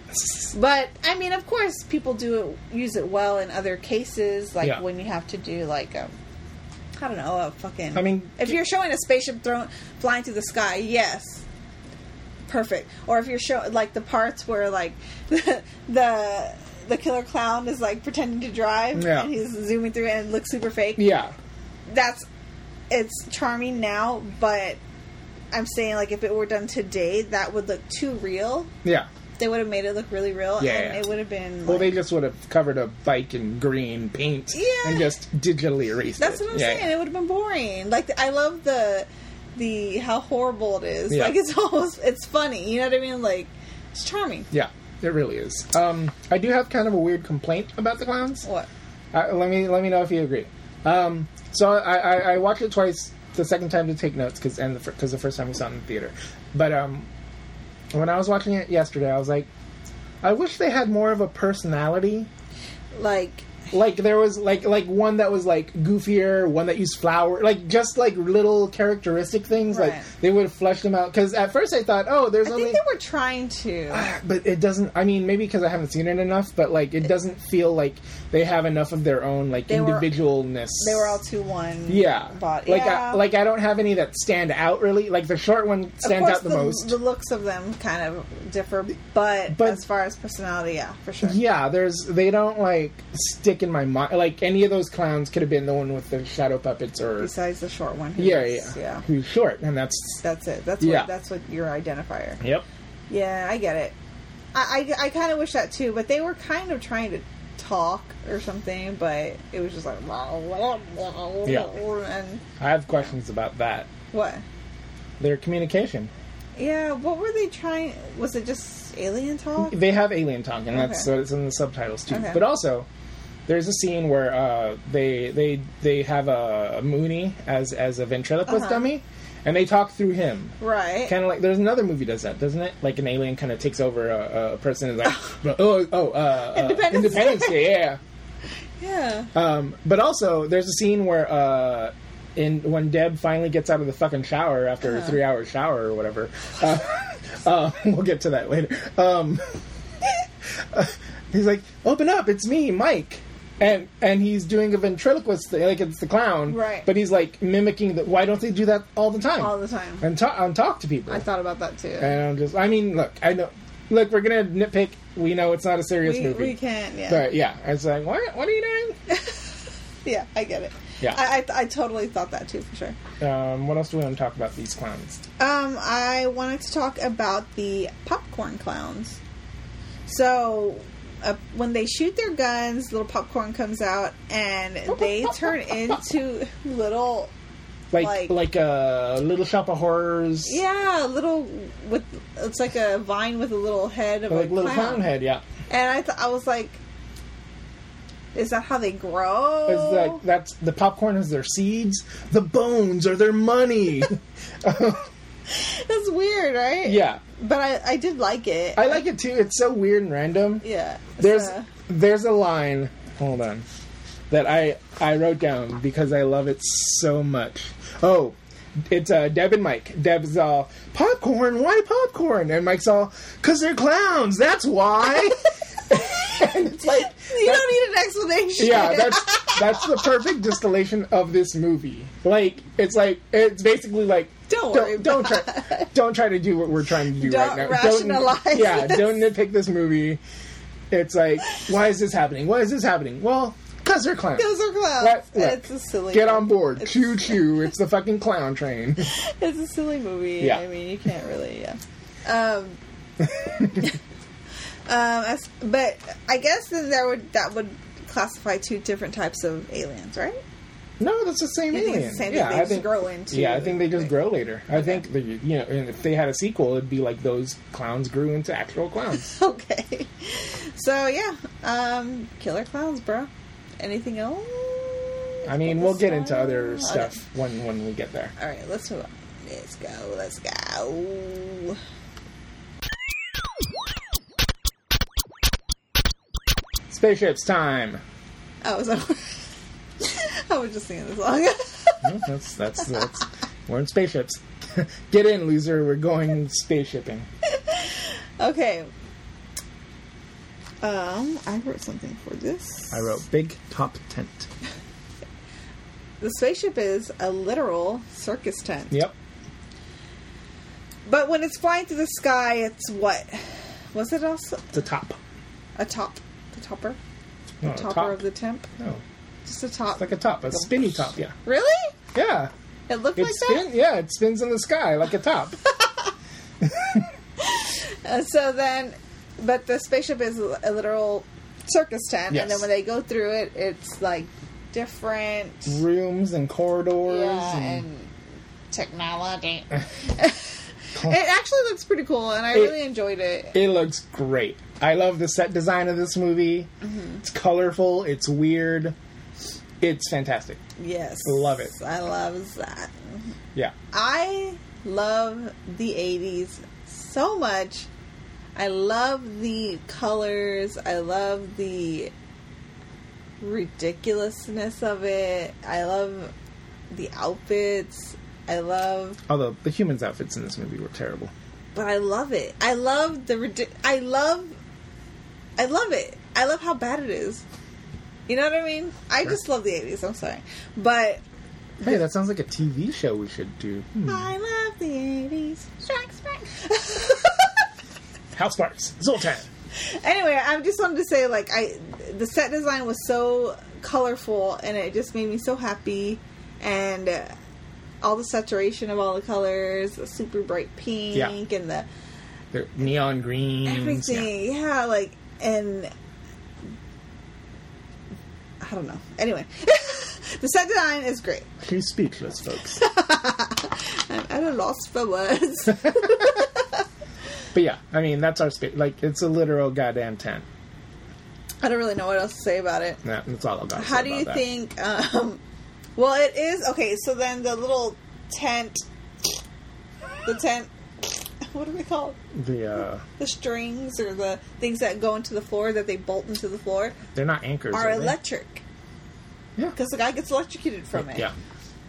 S1: But I mean, of course, people do it, use it well in other cases, like
S2: Yeah.
S1: when you have to do like a, I don't know, a fucking.
S2: I mean-
S1: if you're showing a spaceship thrown flying through the sky, yes, perfect. Or if you're showing like the parts where like [laughs] the. the killer clown is like pretending to drive
S2: Yeah.
S1: and he's zooming through and looks super fake
S2: Yeah.
S1: that's it's charming now, but I'm saying like if it were done today, that would look too real.
S2: Yeah.
S1: They would have made it look really real,
S2: Yeah.
S1: and it would have been. Like,
S2: Well, they just would have covered a bike in green paint
S1: Yeah.
S2: and just digitally erased
S1: that's
S2: it.
S1: what I'm
S2: Yeah,
S1: saying. It would have been boring. Like I love the the how horrible it is.
S2: Yeah.
S1: Like it's [laughs] almost it's funny. You know what I mean? Like it's charming.
S2: Yeah, it really is. Um, I do have kind of a weird complaint about the clowns.
S1: What?
S2: Uh, let me let me know if you agree. Um, so I, I, I watched it twice. The second time to take notes because and because the, fir- 'cause the first time we saw it in the theater. But um, when I was watching it yesterday, I was like, I wish they had more of a personality.
S1: Like
S2: Like there was like like one that was like goofier, one that used flower, like just like little characteristic things.
S1: Right.
S2: Like they would have fleshed them out. Because at first I thought, oh, there's
S1: I
S2: only
S1: think they were trying to.
S2: but it doesn't i mean maybe because i haven't seen it enough but like it doesn't feel like they have enough of their own like
S1: They were-
S2: individualness
S1: They were all two one.
S2: yeah
S1: But
S2: like
S1: yeah.
S2: I, like i don't have any that stand out really like the short one
S1: of
S2: stands
S1: course,
S2: out the, most
S1: The looks of them kind of differ, but,
S2: But-
S1: as far as personality, yeah, for sure.
S2: yeah there's they don't like stick in my mind like any of those clowns could have been the one with the shadow puppets or
S1: besides the short one. who
S2: yeah yeah
S1: is- yeah.
S2: who's short and that's
S1: That's it. That's
S2: Yeah.
S1: what that's what your identifier.
S2: yep
S1: Yeah, I get it. I I, I kind of wish that too, but they were kind of trying to talk or something, but it was just like
S2: Yeah.
S1: and
S2: i have questions about that
S1: what?
S2: their communication
S1: Yeah, what were they trying? Was it just alien talk?
S2: they have alien tongue, and that's
S1: Okay.
S2: so it's in the subtitles too.
S1: Okay.
S2: But also, there's a scene where uh, they they they have a Mooney as as a ventriloquist
S1: Uh-huh.
S2: dummy, and they talk through him.
S1: Right.
S2: Kind of like there's another movie does that, doesn't it? Like an alien kind of takes over a, a person and is
S1: [laughs]
S2: like, oh oh uh, uh,
S1: Independence
S2: Independence
S1: [laughs]
S2: Day, yeah.
S1: yeah.
S2: Um, but also, there's a scene where uh, in when Deb finally gets out of the fucking shower after
S1: Uh-huh.
S2: her three hour shower or whatever. Uh, [laughs] uh, we'll get to that later. Um, [laughs] he's like, "Open up, it's me, Mike." And and he's doing a ventriloquist thing, like it's the clown,
S1: Right.
S2: But he's like mimicking the. Why don't they do that all the time?
S1: All the time.
S2: and talk and talk to people.
S1: I thought about that too.
S2: and I'm just, I mean, look, I know, look, we're gonna nitpick. We know it's not a serious
S1: we,
S2: movie,
S1: we can. Yeah.
S2: but yeah, I was like, what? What are you doing?
S1: [laughs] Yeah, I get it.
S2: Yeah.
S1: I, I I totally thought that too for sure.
S2: Um, what else do we want to talk about these clowns?
S1: Um, I wanted to talk about the popcorn clowns. So, uh, when they shoot their guns, little popcorn comes out, and they turn into little,
S2: Like
S1: Like-
S2: like a Little Shop of Horrors,
S1: yeah, little with it's like a vine with a little head of
S2: or like
S1: a
S2: Little Clown Head, yeah.
S1: And I th- I was like, is that how they grow?
S2: It's like that's the popcorn is their seeds, the bones are
S1: [laughs]
S2: their money. [laughs]
S1: That's weird, right?
S2: yeah,
S1: But I I did like it.
S2: I like it too. It's so weird and random.
S1: yeah.
S2: There's
S1: So-
S2: there's a line. Hold on, that I I wrote down because I love it so much. Oh, it's uh, Deb and Mike. Deb's all popcorn. Why popcorn? And Mike's all because they're clowns. That's why. [laughs] and it's like
S1: [laughs] you don't need an explanation.
S2: yeah, that's that's the perfect distillation of this movie. Like it's like it's basically like
S1: Don't worry
S2: don't try don't try to do what we're trying to do
S1: Don't
S2: right now.
S1: rationalize
S2: yeah,
S1: this.
S2: don't nitpick this movie. It's like why is this happening? Why is this happening? Well, cuz they're clowns.
S1: Those are clowns.
S2: Let- look,
S1: it's a silly.
S2: Get on board.
S1: It's-
S2: choo choo. It's the fucking clown train.
S1: [laughs] It's a silly movie.
S2: Yeah.
S1: I mean, you can't really. Yeah. Um.
S2: [laughs]
S1: um. as- But I guess that there would that would classify two different types of aliens, right?
S2: No, that's the same
S1: You think
S2: alien.
S1: it's the same thing,
S2: yeah,
S1: they
S2: I
S1: just
S2: think,
S1: grow into-
S2: Yeah, I think they just grow later. I think the, you know, and if they had a sequel, it'd be like those clowns grew into actual clowns.
S1: [laughs] Okay. So yeah. Um. Killer clowns, bro. Anything else?
S2: I mean, we'll get into other
S1: Okay.
S2: stuff when when we get there.
S1: All right. Let's move on. Let's go. Let's go.
S2: Spaceships time.
S1: Oh, so [laughs] I was just singing the song. [laughs]
S2: No, that's that's that's we're in [laughs] spaceships. get in, loser. We're going spaceshipping.
S1: okay, Um, I wrote something for this.
S2: I wrote Big Top Tent.
S1: The spaceship is a literal circus tent.
S2: Yep.
S1: But when it's flying through the sky, it's what? Was it also
S2: The top.
S1: a top? The topper?
S2: No,
S1: topper
S2: top.
S1: of the temp?
S2: No.
S1: Just a top.
S2: It's like a top, a spinny top, yeah.
S1: really?
S2: Yeah.
S1: It looked
S2: It
S1: like
S2: spin yeah, it spins in the sky like
S1: [laughs]
S2: a top.
S1: that? Uh, so then, but the spaceship is a literal circus tent.
S2: Yes.
S1: And then when they go through it, it's like different.
S2: Rooms and corridors
S1: Yeah,
S2: and,
S1: and
S2: [laughs]
S1: technology. [laughs] It actually looks pretty cool, and I really enjoyed it.
S2: It looks great. I love the set design of this movie.
S1: Mm-hmm.
S2: It's colorful. It's weird. It's fantastic.
S1: Yes.
S2: Love it.
S1: I love that.
S2: Yeah.
S1: I love the 80s so much. I love the colors. I love the ridiculousness of it. I love the outfits. I love,
S2: Although the humans' outfits in this movie were terrible.
S1: but I love it. I love the ridic- I love, I love it. I love how bad it is. You know what I mean? I just love the 80s. I'm sorry, but
S2: Hey, that sounds like a TV show we should do. Hmm.
S1: I love the 80s. Strike, strike.
S2: House Parks, Zoltan.
S1: [laughs] anyway, I just wanted to say like I the set design was so colorful and it just made me so happy and uh, all the saturation of all the colors, the super bright pink
S2: Yeah.
S1: and the
S2: They're neon greens.
S1: everything. Yeah, like and I don't know. Anyway, [laughs] the set design is great.
S2: Yeah. She's speechless, folks. [laughs]
S1: I'm at a loss for words. [laughs]
S2: but yeah, I mean that's our spa- like it's a literal goddamn tent.
S1: I don't really know what else to say about it.
S2: That- That's all I got. to say
S1: How do
S2: about
S1: you
S2: that.
S1: think? Um, well, it is okay. So then the little tent, the tent. What are they called?
S2: the uh,
S1: The strings or the things that go into the floor that they bolt into the floor
S2: they're not anchors?
S1: are
S2: they?
S1: electric
S2: Yeah.
S1: because the guy gets electrocuted from it.
S2: Yeah.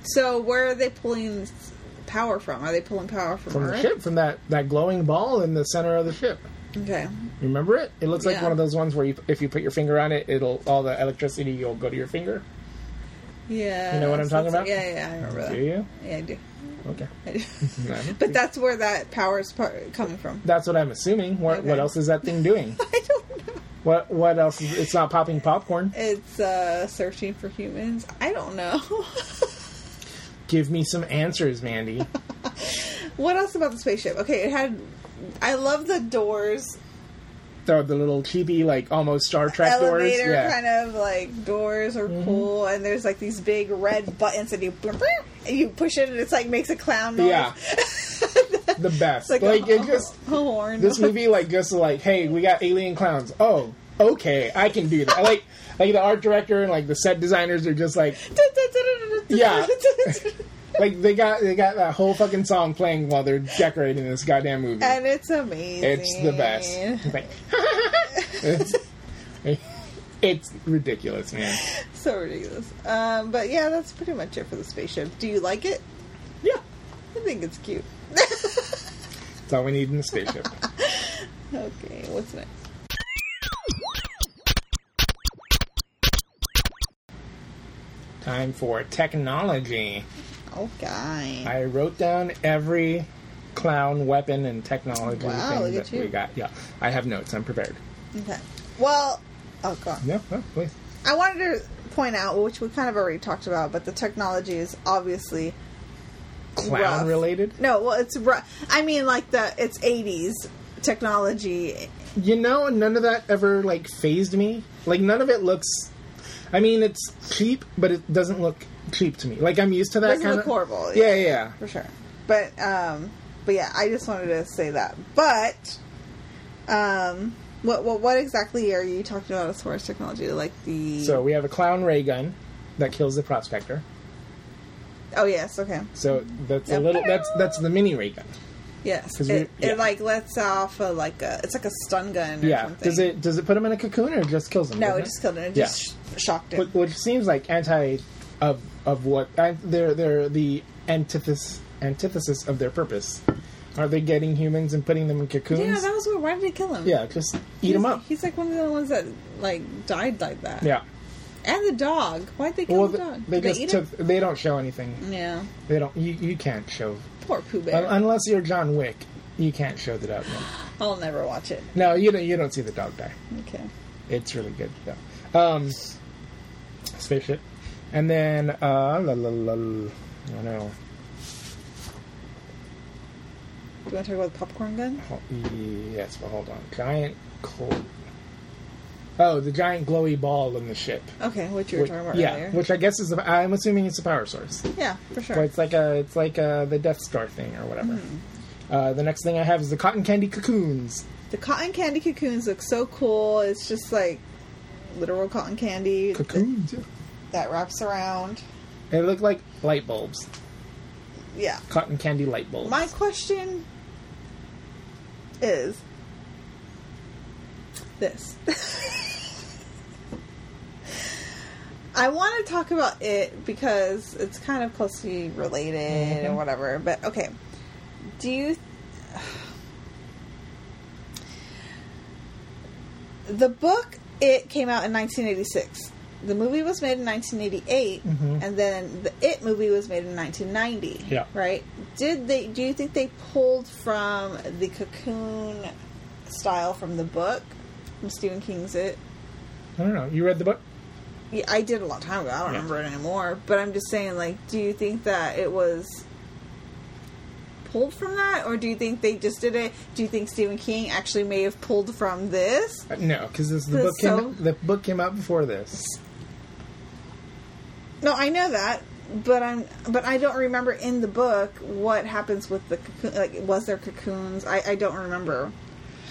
S1: So where are they pulling s- power from? Are they pulling power from,
S2: From the
S1: Earth?
S2: ship, from that that glowing ball in the center of the ship.
S1: Okay.
S2: Remember it? It looks like
S1: Yeah.
S2: one of those ones where you, if you put your finger on it, it'll all the electricity will go to your finger.
S1: Yeah.
S2: You know what I'm
S1: so
S2: talking
S1: it's-
S2: about?
S1: Yeah, yeah, I remember that.
S2: Do you?
S1: Yeah, I do.
S2: Okay.
S1: I do. [laughs]
S2: No.
S1: but that's where that power is par- coming from. [laughs]
S2: That's what I'm assuming. What, what
S1: Okay.
S2: else is that thing doing?
S1: [laughs] I don't know.
S2: what what else? Is, it's not popping popcorn.
S1: It's uh, searching for humans. I don't know. [laughs]
S2: Give me some answers, Mandy.
S1: what else about the spaceship? Okay, it had. I love the doors,
S2: the, the little cheapy, like almost Star Trek doors.
S1: elevator
S2: Yeah. Mm-hmm.
S1: kind of like doors are cool, and there's like these big red buttons, and you [laughs] blurp, blurp, and you push it, and it's like makes a clown noise.
S2: Yeah. the
S1: It's [laughs]
S2: best.
S1: like,
S2: Like,
S1: a,
S2: it just
S1: a [laughs] horn.
S2: this movie like just like, hey, we got alien clowns. Oh, okay, I can do that. like like the art director and like the set designers are just like [laughs]
S1: [laughs]
S2: Yeah. like they got they got that whole fucking song playing while they're decorating this goddamn movie.
S1: and it's amazing.
S2: It's the best. It's, like, [laughs] it's, it's ridiculous, man.
S1: So ridiculous. Um, but yeah, that's pretty much it for the spaceship. Do you like it?
S2: Yeah.
S1: I think it's cute.
S2: That's all we need in
S1: [laughs]
S2: the spaceship.
S1: Okay, what's next?
S2: Time for technology.
S1: Okay.
S2: I wrote down every clown weapon and technology
S1: Wow,
S2: thing
S1: look at
S2: that we
S1: you.
S2: got. Yeah. I have notes. I'm prepared.
S1: Okay. Well, oh god.
S2: No, no, please.
S1: I wanted to point out, which we kind of already talked about, but the technology is obviously
S2: Clown
S1: rough.
S2: related?
S1: No, well, it's rough. I mean, like the it's '80s technology.
S2: You know, none of that ever like phased me. Like none of it looks. I mean, it's cheap, but it doesn't look cheap to me. Like I'm used to that
S1: Doesn't
S2: kind
S1: look
S2: of
S1: horrible,
S2: Yeah,
S1: yeah.
S2: yeah. yeah.
S1: for sure. But um, but yeah, I just wanted to say that. But um, what what, what exactly are you talking about as far as technology? Like the
S2: So we have a clown ray gun that kills the prospector.
S1: oh yes, okay,
S2: So that's a
S1: Yep.
S2: little. That's that's the mini ray gun.
S1: yes,
S2: 'Cause
S1: it,
S2: we- yeah.
S1: it like lets off a, like a it's like a stun gun. Or
S2: Yeah.
S1: something.
S2: Does it does it put him in a cocoon or just kills him?
S1: No,
S2: doesn't
S1: it just killed him. It
S2: Yeah.
S1: just sh- shocked him.
S2: Wh- Which seems like anti of of what and they're they're the antithesis antithesis of their purpose. Are they getting humans and putting them in cocoons?
S1: Yeah, that was weird. Why did he kill him?
S2: Yeah, just eat
S1: he's,
S2: them up.
S1: He's like one of the ones that like died like that.
S2: Yeah.
S1: And the dog. Why'd they kill
S2: Well,
S1: the
S2: th-
S1: dog?
S2: they
S1: Did
S2: just
S1: eat
S2: took. They don't show anything.
S1: him? Yeah.
S2: They don't. You, you can't show
S1: Poor Pooh Bear.
S2: un- unless you're John Wick. You can't show the dog. Die.
S1: I'll never watch it.
S2: No, you don't. You don't see the dog die.
S1: Okay.
S2: It's really good though. Um, spaceship, and then uh, la, la, la, la, I know.
S1: You want to talk about the popcorn gun?
S2: Hol- Oh, Yes, but hold on. Giant cold. Oh, the giant glowy ball in the ship.
S1: Okay, what you were
S2: Which-
S1: talking about
S2: yeah,
S1: earlier.
S2: which I guess is. a- I'm assuming it's a power source.
S1: yeah, for sure.
S2: Well, it's like a, it's like a, the Death Star thing or whatever.
S1: Hmm.
S2: Uh, the next thing I have is the cotton candy cocoons.
S1: The cotton candy cocoons look so cool. It's just like literal cotton candy
S2: Cocoons.
S1: that wraps around.
S2: They look like light bulbs.
S1: Yeah.
S2: Cotton candy light bulbs.
S1: My question is this. [laughs] I want to talk about it because it's kind of closely related and whatever, but okay. Do you. [sighs] the book, it came out in 1986. The movie was made in 1988,
S2: Mhm.
S1: and then the It movie was made in 1990
S2: Yeah.
S1: right did they do you think they pulled from the cocoon style from the book from stephen king's it
S2: I don't know. You read the book?
S1: yeah, i did a long time ago i don't
S2: Yeah.
S1: remember it anymore but i'm just saying like do you think that it was pulled from that or do you think they just did it do you think stephen king actually may have pulled from this
S2: Uh, No, because the
S1: The
S2: book
S1: so-
S2: came. The book came out before this.
S1: no i know that but I'm, but I don't remember in the book what happens with the cocoon. Like, was there cocoons? I, I don't remember.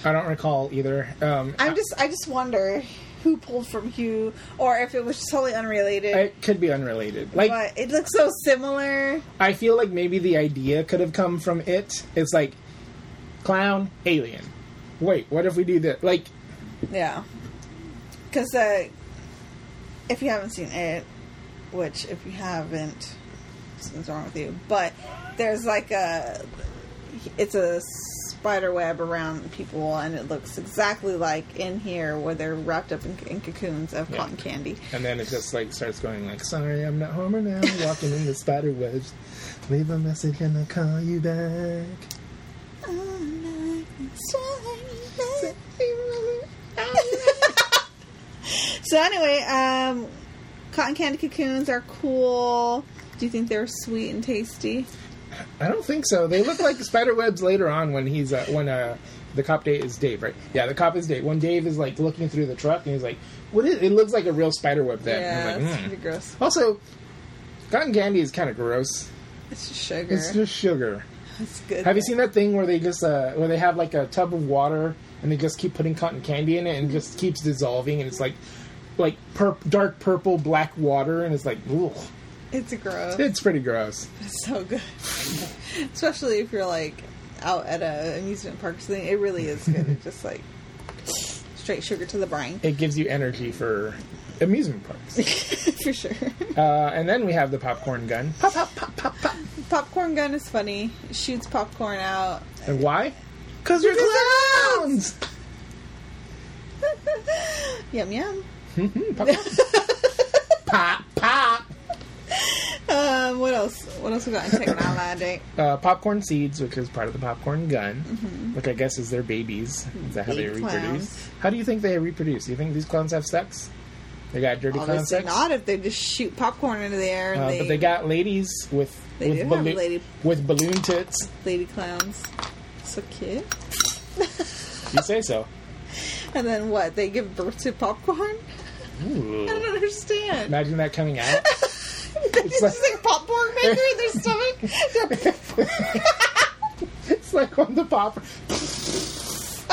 S2: I don't recall either. Um,
S1: I'm just I just wonder who pulled from who or if it was totally unrelated.
S2: it could be unrelated. Like
S1: but it looks so similar.
S2: I feel like maybe the idea could have come from it. It's like clown alien. Wait, what if we do this? Like
S1: Yeah. Cuz uh if you haven't seen it, which if you haven't something's wrong with you, but there's like a it's a spider web around people and it looks exactly like in here where they're wrapped up in, in cocoons of
S2: Yeah.
S1: cotton candy.
S2: And then it just like starts going like, "Sorry, I'm not Homer now. Walking in the spider webs. Leave a message and I'll call you back."
S1: [laughs] so anyway, um, cotton candy cocoons are cool. Do you think they're sweet and tasty?
S2: I don't think so. They look like spider webs later on when he's uh, when uh the cop date is Dave, right? Yeah, the cop is Dave. When Dave is like looking through the truck and he's like, "What is?" It looks like a real spider web then. And
S1: yeah,
S2: I'm like,
S1: it's
S2: "Mm."
S1: pretty gross.
S2: Also, cotton candy is kind of gross.
S1: It's just sugar.
S2: It's just sugar.
S1: It's good.
S2: Have you seen that thing where they just uh, where they have like a tub of water and they just keep putting cotton candy in it and it just keeps dissolving and it's like like purp dark purple black water and it's like ooh,
S1: It's gross.
S2: it's pretty gross.
S1: It's so good, [laughs] especially if you're like out at a amusement park or something. It really is good. it's just like straight sugar to the brine [laughs]
S2: It gives you energy for amusement parks.
S1: for sure.
S2: uh, and then we have the popcorn gun. Pop, pop, pop, pop, pop.
S1: popcorn gun is funny. It shoots popcorn out. [laughs]
S2: And why? Cause you're clowns.
S1: yum yum.
S2: pop, pop, pop.
S1: Um, what else? What else we got in
S2: [laughs]
S1: technology?
S2: Uh, popcorn seeds, which is part of the popcorn gun, which I guess is their babies. Is that how they
S1: Big
S2: reproduce?
S1: Mm-hmm. clowns.
S2: How do you think they reproduce? Do you think these clowns have sex? They got dirty clown
S1: Obviously
S2: sex,
S1: not. If they just shoot popcorn into the air and
S2: Uh,
S1: they,
S2: but they got ladies with
S1: They
S2: with,
S1: do have
S2: balloon-
S1: lady-
S2: with balloon tits.
S1: lady clowns. So cute.
S2: You say so.
S1: And then what? They give birth to popcorn? [laughs]
S2: Ooh.
S1: I don't understand. [laughs]
S2: Imagine that coming out. [laughs]
S1: it's
S2: like-
S1: just like popcorn maker in their
S2: [laughs]
S1: stomach. They're-
S2: it's like on the pop. it's,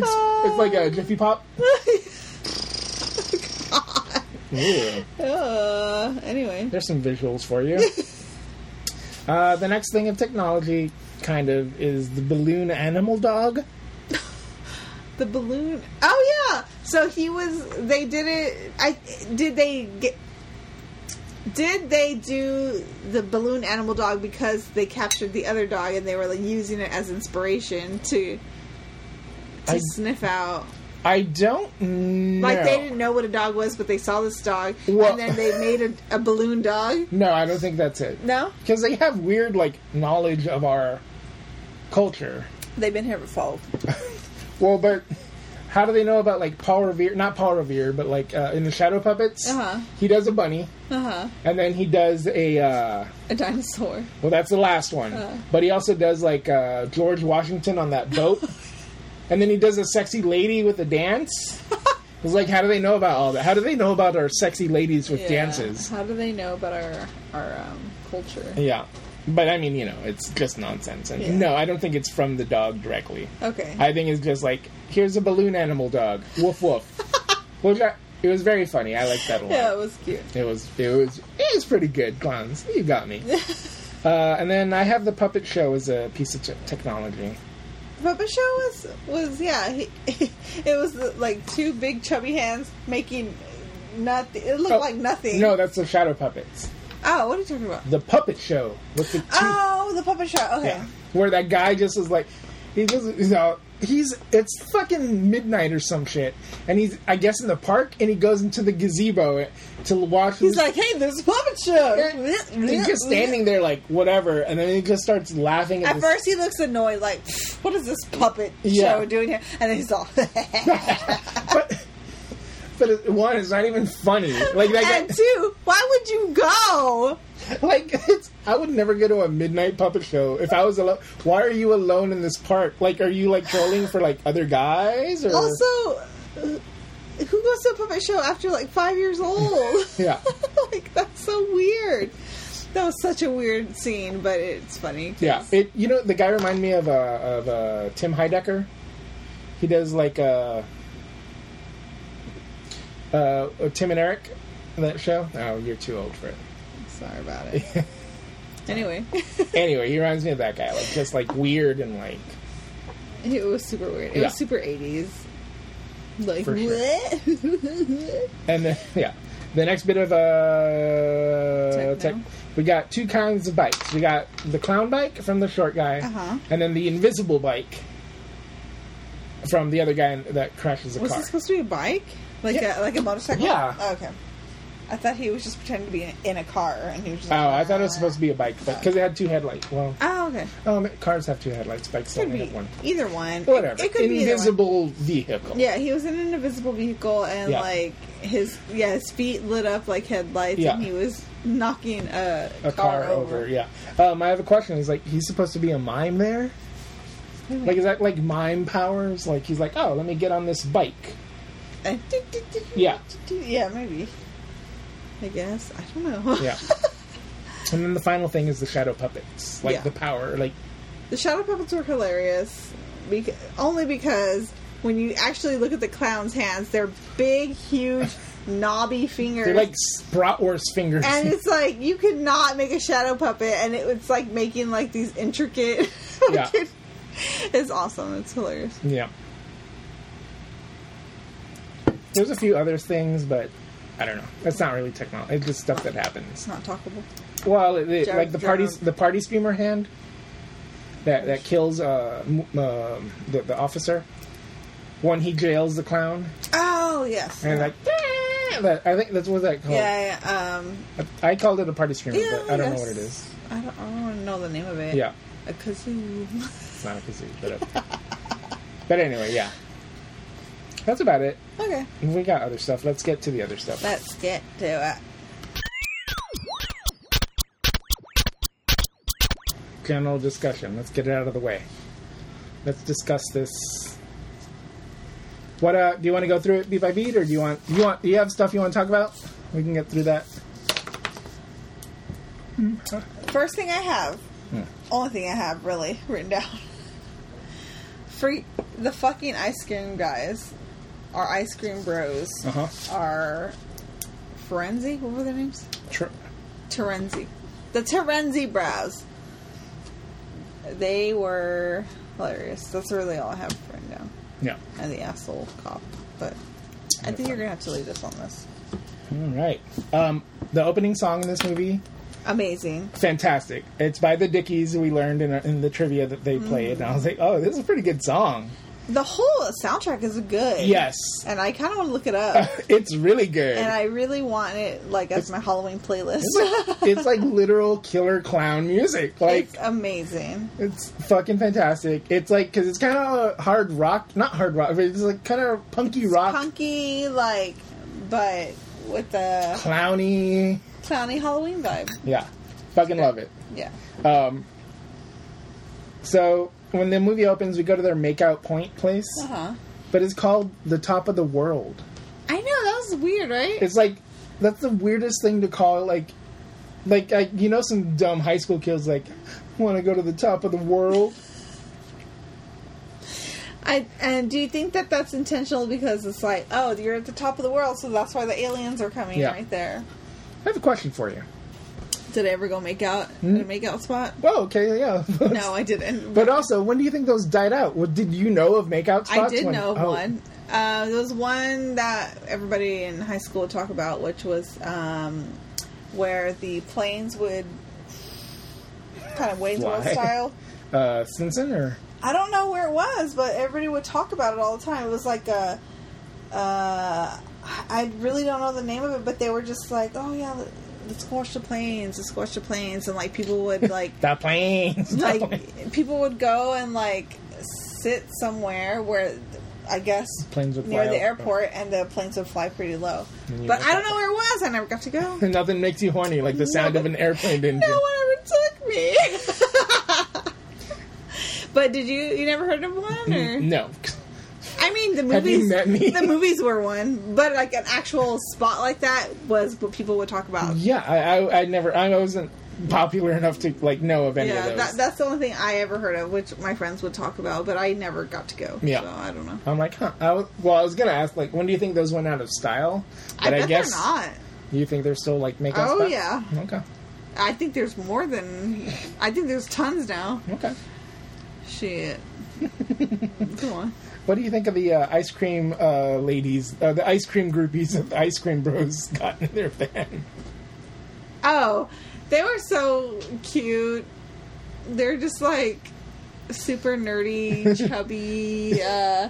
S1: Uh,
S2: it's like a Jiffy Pop. Ooh.
S1: [laughs] uh, anyway,
S2: There's some visuals for you. uh, the next thing of technology, kind of, is the balloon animal dog.
S1: the balloon. Oh yeah. So he was. They did it. I did they get. Did they do the balloon animal dog because they captured the other dog and they were like, using it as inspiration to to
S2: I-
S1: sniff out?
S2: I don't know.
S1: Like they didn't know what a dog was, but they saw this dog
S2: Well-
S1: and then they made a, a balloon dog.
S2: No, I don't think that's it.
S1: No,
S2: Because they have weird, like, knowledge of our culture.
S1: they've been here before.
S2: Well, but how do they know about, like, Paul Revere? Not Paul Revere, but, like, uh, in the Shadow Puppets,
S1: Uh-huh.
S2: he does a bunny,
S1: Uh huh.
S2: and then he does a, uh,
S1: A dinosaur.
S2: well, that's the last one. But he also does, like, uh, George Washington on
S1: [laughs]
S2: that boat, and then he does a sexy lady with
S1: [laughs]
S2: a dance. It's like, how do they know about all that? How do they know about our sexy ladies with dances?
S1: How do they know about our our um, culture?
S2: Yeah. But I mean, you know, it's just nonsense. And
S1: Yeah.
S2: no, I don't think it's from the dog directly.
S1: Okay.
S2: I think it's just like, here's a balloon animal dog.
S1: [laughs]
S2: Woof woof. Which I, it was very funny. I liked that a lot.
S1: yeah, it was cute.
S2: It was it was it was pretty good, clowns. You got
S1: [laughs]
S2: me. uh, and then I have the puppet show as a piece of t- technology.
S1: Puppet show was was yeah. He, [laughs] it was like two big chubby hands making nothing. It looked
S2: Oh,
S1: like nothing.
S2: No, that's the shadow puppets.
S1: Oh, what are you talking about?
S2: The puppet show with the teeth.
S1: Oh, the puppet show. Okay.
S2: Yeah. Where that guy just is like, he just, you know, he's, it's fucking midnight or some shit. And he's, I guess, in the park and he goes into the gazebo to watch.
S1: He's
S2: this-
S1: like, hey, there's a puppet show.
S2: he's just standing there like, whatever. And then he just starts laughing at,
S1: At
S2: this-
S1: first, he looks annoyed, like, what is this puppet
S2: Yeah.
S1: show doing here? And then he's
S2: [laughs]
S1: all,
S2: [laughs]
S1: [laughs]
S2: But, but it, one, it's not even funny. Like, that
S1: [laughs] and
S2: guy,
S1: two, why would you go?
S2: [laughs] like it's, I would never go to a midnight puppet show if I was alone. Why are you alone in this park? Like, are you like trolling for like other guys? Or?
S1: Also, uh, who goes to a puppet show after like five years
S2: [laughs]
S1: old?
S2: Yeah.
S1: [laughs] like that's so weird. That was such a weird scene, but it's funny.
S2: Yeah, it. You know, the guy reminded me of uh, of uh, Tim Heidecker. He does like uh, uh, Tim and Eric, that show. Oh, you're too old for it.
S1: Sorry about
S2: [laughs]
S1: it. anyway, [laughs]
S2: anyway, he reminds me of that guy, like just like weird and like.
S1: it was super weird. It
S2: Yeah.
S1: was super eighties. Like
S2: For sure. [laughs]
S1: what? [laughs]
S2: And then, [laughs] yeah, the next bit of uh,
S1: Techno.
S2: we got two kinds of bikes. We got the clown bike from the short guy,
S1: Uh-huh.
S2: and then the invisible bike from the other guy that crashes the
S1: was
S2: car.
S1: it supposed to be a bike? Like
S2: Yeah.
S1: a like a motorcycle?
S2: Yeah.
S1: Oh, okay. I thought he was just pretending to be in, in a car, and he was just.
S2: Oh, I thought it was supposed to be a bike,
S1: Uh,
S2: but because it had two headlights. Well,
S1: Oh, okay.
S2: um, cars have two headlights. Bikes
S1: Could
S2: only
S1: be
S2: have one.
S1: either one.
S2: Whatever.
S1: It, it could be either one.
S2: Invisible vehicle.
S1: Yeah, he was in an invisible vehicle and
S2: Yeah.
S1: like his yeah, his feet lit up like headlights
S2: Yeah.
S1: and he was knocking a,
S2: A car, over. Yeah. Um, I have a question. He's like, he's supposed to be a mime there. Like, is that like mime powers? Like, he's like, oh, let me get on this bike.
S1: And
S2: Yeah.
S1: Yeah, maybe. I guess. I don't know.
S2: Yeah. and then the final thing is the shadow puppets, like
S1: Yeah.
S2: the power, like
S1: [laughs] the shadow puppets were hilarious because, only because when you actually look at the clown's hands, they're big, huge, knobby fingers.
S2: they're like s- bratwurst fingers.
S1: and
S2: [laughs]
S1: it's like you could not make a shadow puppet and it was like making like these intricate [laughs]
S2: Yeah.
S1: fucking- it's awesome it's hilarious
S2: yeah. There's a few other things, but I don't know. That's not really technology. It's just stuff that happens.
S1: it's not talkable
S2: Well, it, it-
S1: Jar-
S2: like the
S1: Jar
S2: party's
S1: Jar.
S2: the party speamer hand that that kills uh, m- um the, the officer when he jails the clown
S1: oh yes
S2: and like "Ah!" that I think that's what that called.
S1: yeah, yeah um
S2: I, I called it a party speamer,
S1: yeah,
S2: but I don't know
S1: yes.
S2: what it is.
S1: i don't, I don't know the name of it
S2: Yeah,
S1: a kazoo [laughs]
S2: it's not a kazoo, but but anyway, yeah. That's about it.
S1: okay
S2: We got other stuff. Let's get to the other stuff.
S1: let's get to it
S2: General discussion. Let's get it out of the way. Let's discuss this. What uh? Do you want to go through it beat by beat, or do you want you want do you have stuff you want to talk about? We can get through that.
S1: first thing i have
S2: Hmm.
S1: only thing i have really [laughs] written down free the fucking ice cream guys our ice cream bros
S2: Uh huh.
S1: are Ferenzi. What were their names?
S2: Sure.
S1: Terenzi. The Terenzi Brows. They were hilarious. That's really all I have written down.
S2: Yeah.
S1: And the asshole cop. But I think you're gonna have to lead us on this.
S2: All right. Um, The opening song in this movie,
S1: Amazing.
S2: fantastic. It's by the Dickies. We learned in, in the trivia that they played, and I was like, oh, this is a pretty good song. [laughs]
S1: The whole soundtrack is good.
S2: Yes,
S1: And I kind of want to look it
S2: [laughs]
S1: up.
S2: it's really good.
S1: and I really want it like as my Halloween playlist.
S2: [laughs] it's like literal killer clown music. Like
S1: [laughs] it's uh, amazing.
S2: It's fucking fantastic. It's like because it's kind of hard rock, not hard rock, but it's like kind of punky rock,
S1: Punky, like, but with the
S2: clowny.
S1: clowny Halloween vibe.
S2: Yeah, fucking love it.
S1: Yeah.
S2: Um, so when the movie opens, we go to their makeout point place,
S1: Uh huh.
S2: but it's called the top of the world.
S1: I know that was weird, right?
S2: It's like that's the weirdest thing to call like, like I, you know some dumb high school kids like want to go to the top of the world.
S1: I and do you think that that's intentional because it's like, oh, you're at the top of the world, so that's why the aliens are coming
S2: Yeah.
S1: right there.
S2: I have a question for you.
S1: Did I ever go make out at a
S2: Hmm?
S1: make out
S2: [laughs]
S1: spot?
S2: Well, Oh, okay, yeah. [laughs]
S1: No, I didn't.
S2: But also, when do you think those died out? What, did you know of makeout spots?
S1: I did
S2: when-
S1: know of
S2: oh,
S1: one. Uh, there was one that everybody in high school would talk about, which was um, where the planes would kind of Wayne's World
S2: Why?
S1: style.
S2: Uh, Stinson or
S1: I don't know where it was, but everybody would talk about it all the time. It was like a, uh, I really don't know the name of it, but they were just like, oh yeah, let- let's squash the planes, let's squash the planes, and like people
S2: [laughs]
S1: would like
S2: the [laughs] planes?
S1: like people would go and like sit somewhere where I guess
S2: Planes would
S1: near
S2: fly
S1: the
S2: up.
S1: airport and the planes would fly pretty low.
S2: And you
S1: But
S2: would-
S1: I don't know where it was. I never got
S2: [laughs]
S1: to go.
S2: Nothing makes you horny like the sound of an airplane engine.
S1: no one ever took me. [laughs] but did you? You never heard of one? Or?
S2: No.
S1: I mean, the movies.
S2: Have you met me?
S1: The movies were one, but like an actual spot like that was what people would talk about.
S2: Yeah, I, I, I never. I wasn't popular enough to like know of any of
S1: Yeah,
S2: those.
S1: that, that's the only thing I ever heard of, which my friends would talk about, but I never got to go.
S2: Yeah.
S1: so I don't know.
S2: I'm like, huh? I was, well, I was gonna ask, like, when do you think those went out of style?
S1: I bet they're not.
S2: you think they're still like makeout
S1: Oh,
S2: spots?
S1: yeah.
S2: Okay.
S1: I think there's more than. I think there's tons now.
S2: Okay. [laughs]
S1: Shit. Come on.
S2: What do you think of the uh, ice cream uh, ladies, uh, the ice cream groupies, that the ice cream bros [laughs] got in their van?
S1: Oh, they were so cute. They're just like super
S2: [laughs]
S1: nerdy, chubby, uh,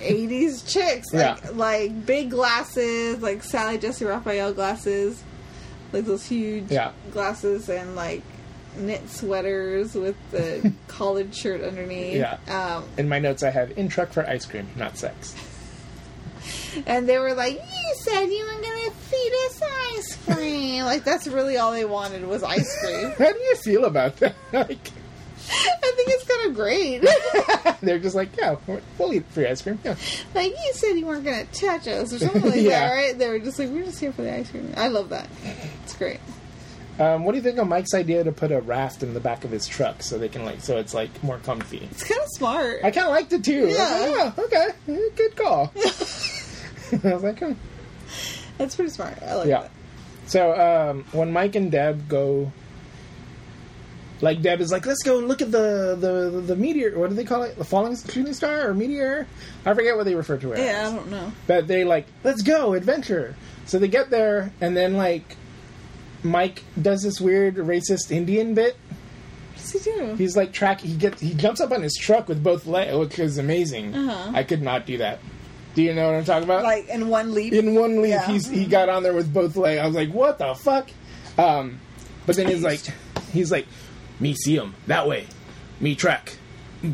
S1: 80s chicks. Like,
S2: Yeah.
S1: like big glasses, like Sally Jesse Raphael glasses. Like those huge
S2: Yeah.
S1: glasses and like knit sweaters with
S2: [laughs]
S1: the collared shirt underneath.
S2: Yeah.
S1: Um,
S2: In my notes, I have in truck for ice cream, not sex.
S1: And they were like, "You said you were gonna feed us ice cream." like that's really all they wanted was ice
S2: [laughs]
S1: cream.
S2: How do you feel about that? [laughs] like,
S1: I think it's kind of
S2: [laughs]
S1: great.
S2: they're just like, yeah, we'll eat free ice cream. Yeah.
S1: like you said you weren't gonna touch us or something like
S2: Yeah.
S1: that, right? They were just like, "We're just here for the ice cream." I love that. It's great.
S2: Um, what do you think of Mike's idea to put a raft in the back of his truck so they can like, so it's like more comfy?
S1: It's kind of smart.
S2: I kind of liked it too. I was
S1: Yeah.
S2: like, "Oh, okay, Yeah, good call. [laughs] I was like, hmm.
S1: That's pretty smart. I like
S2: yeah.
S1: that.
S2: So um, when Mike and Deb go. Like Deb is like, let's go look at the the the meteor. What do they call it? The falling shooting star or meteor? I forget what they refer to it. as.
S1: Yeah, um, I don't know.
S2: But they like, let's go, adventure. So they get there, and then like, Mike does this weird racist Indian bit.
S1: What's he do?
S2: He's like track. He gets he jumps up on his truck with both legs, which is amazing. I could not do that. Do you know what I'm talking about?
S1: Uh-huh. Like in one leap.
S2: in one leap,
S1: Yeah.
S2: he's he got on there with both legs. I was like, what the fuck? Um, but then he's like, he's like, me see him that way, me track.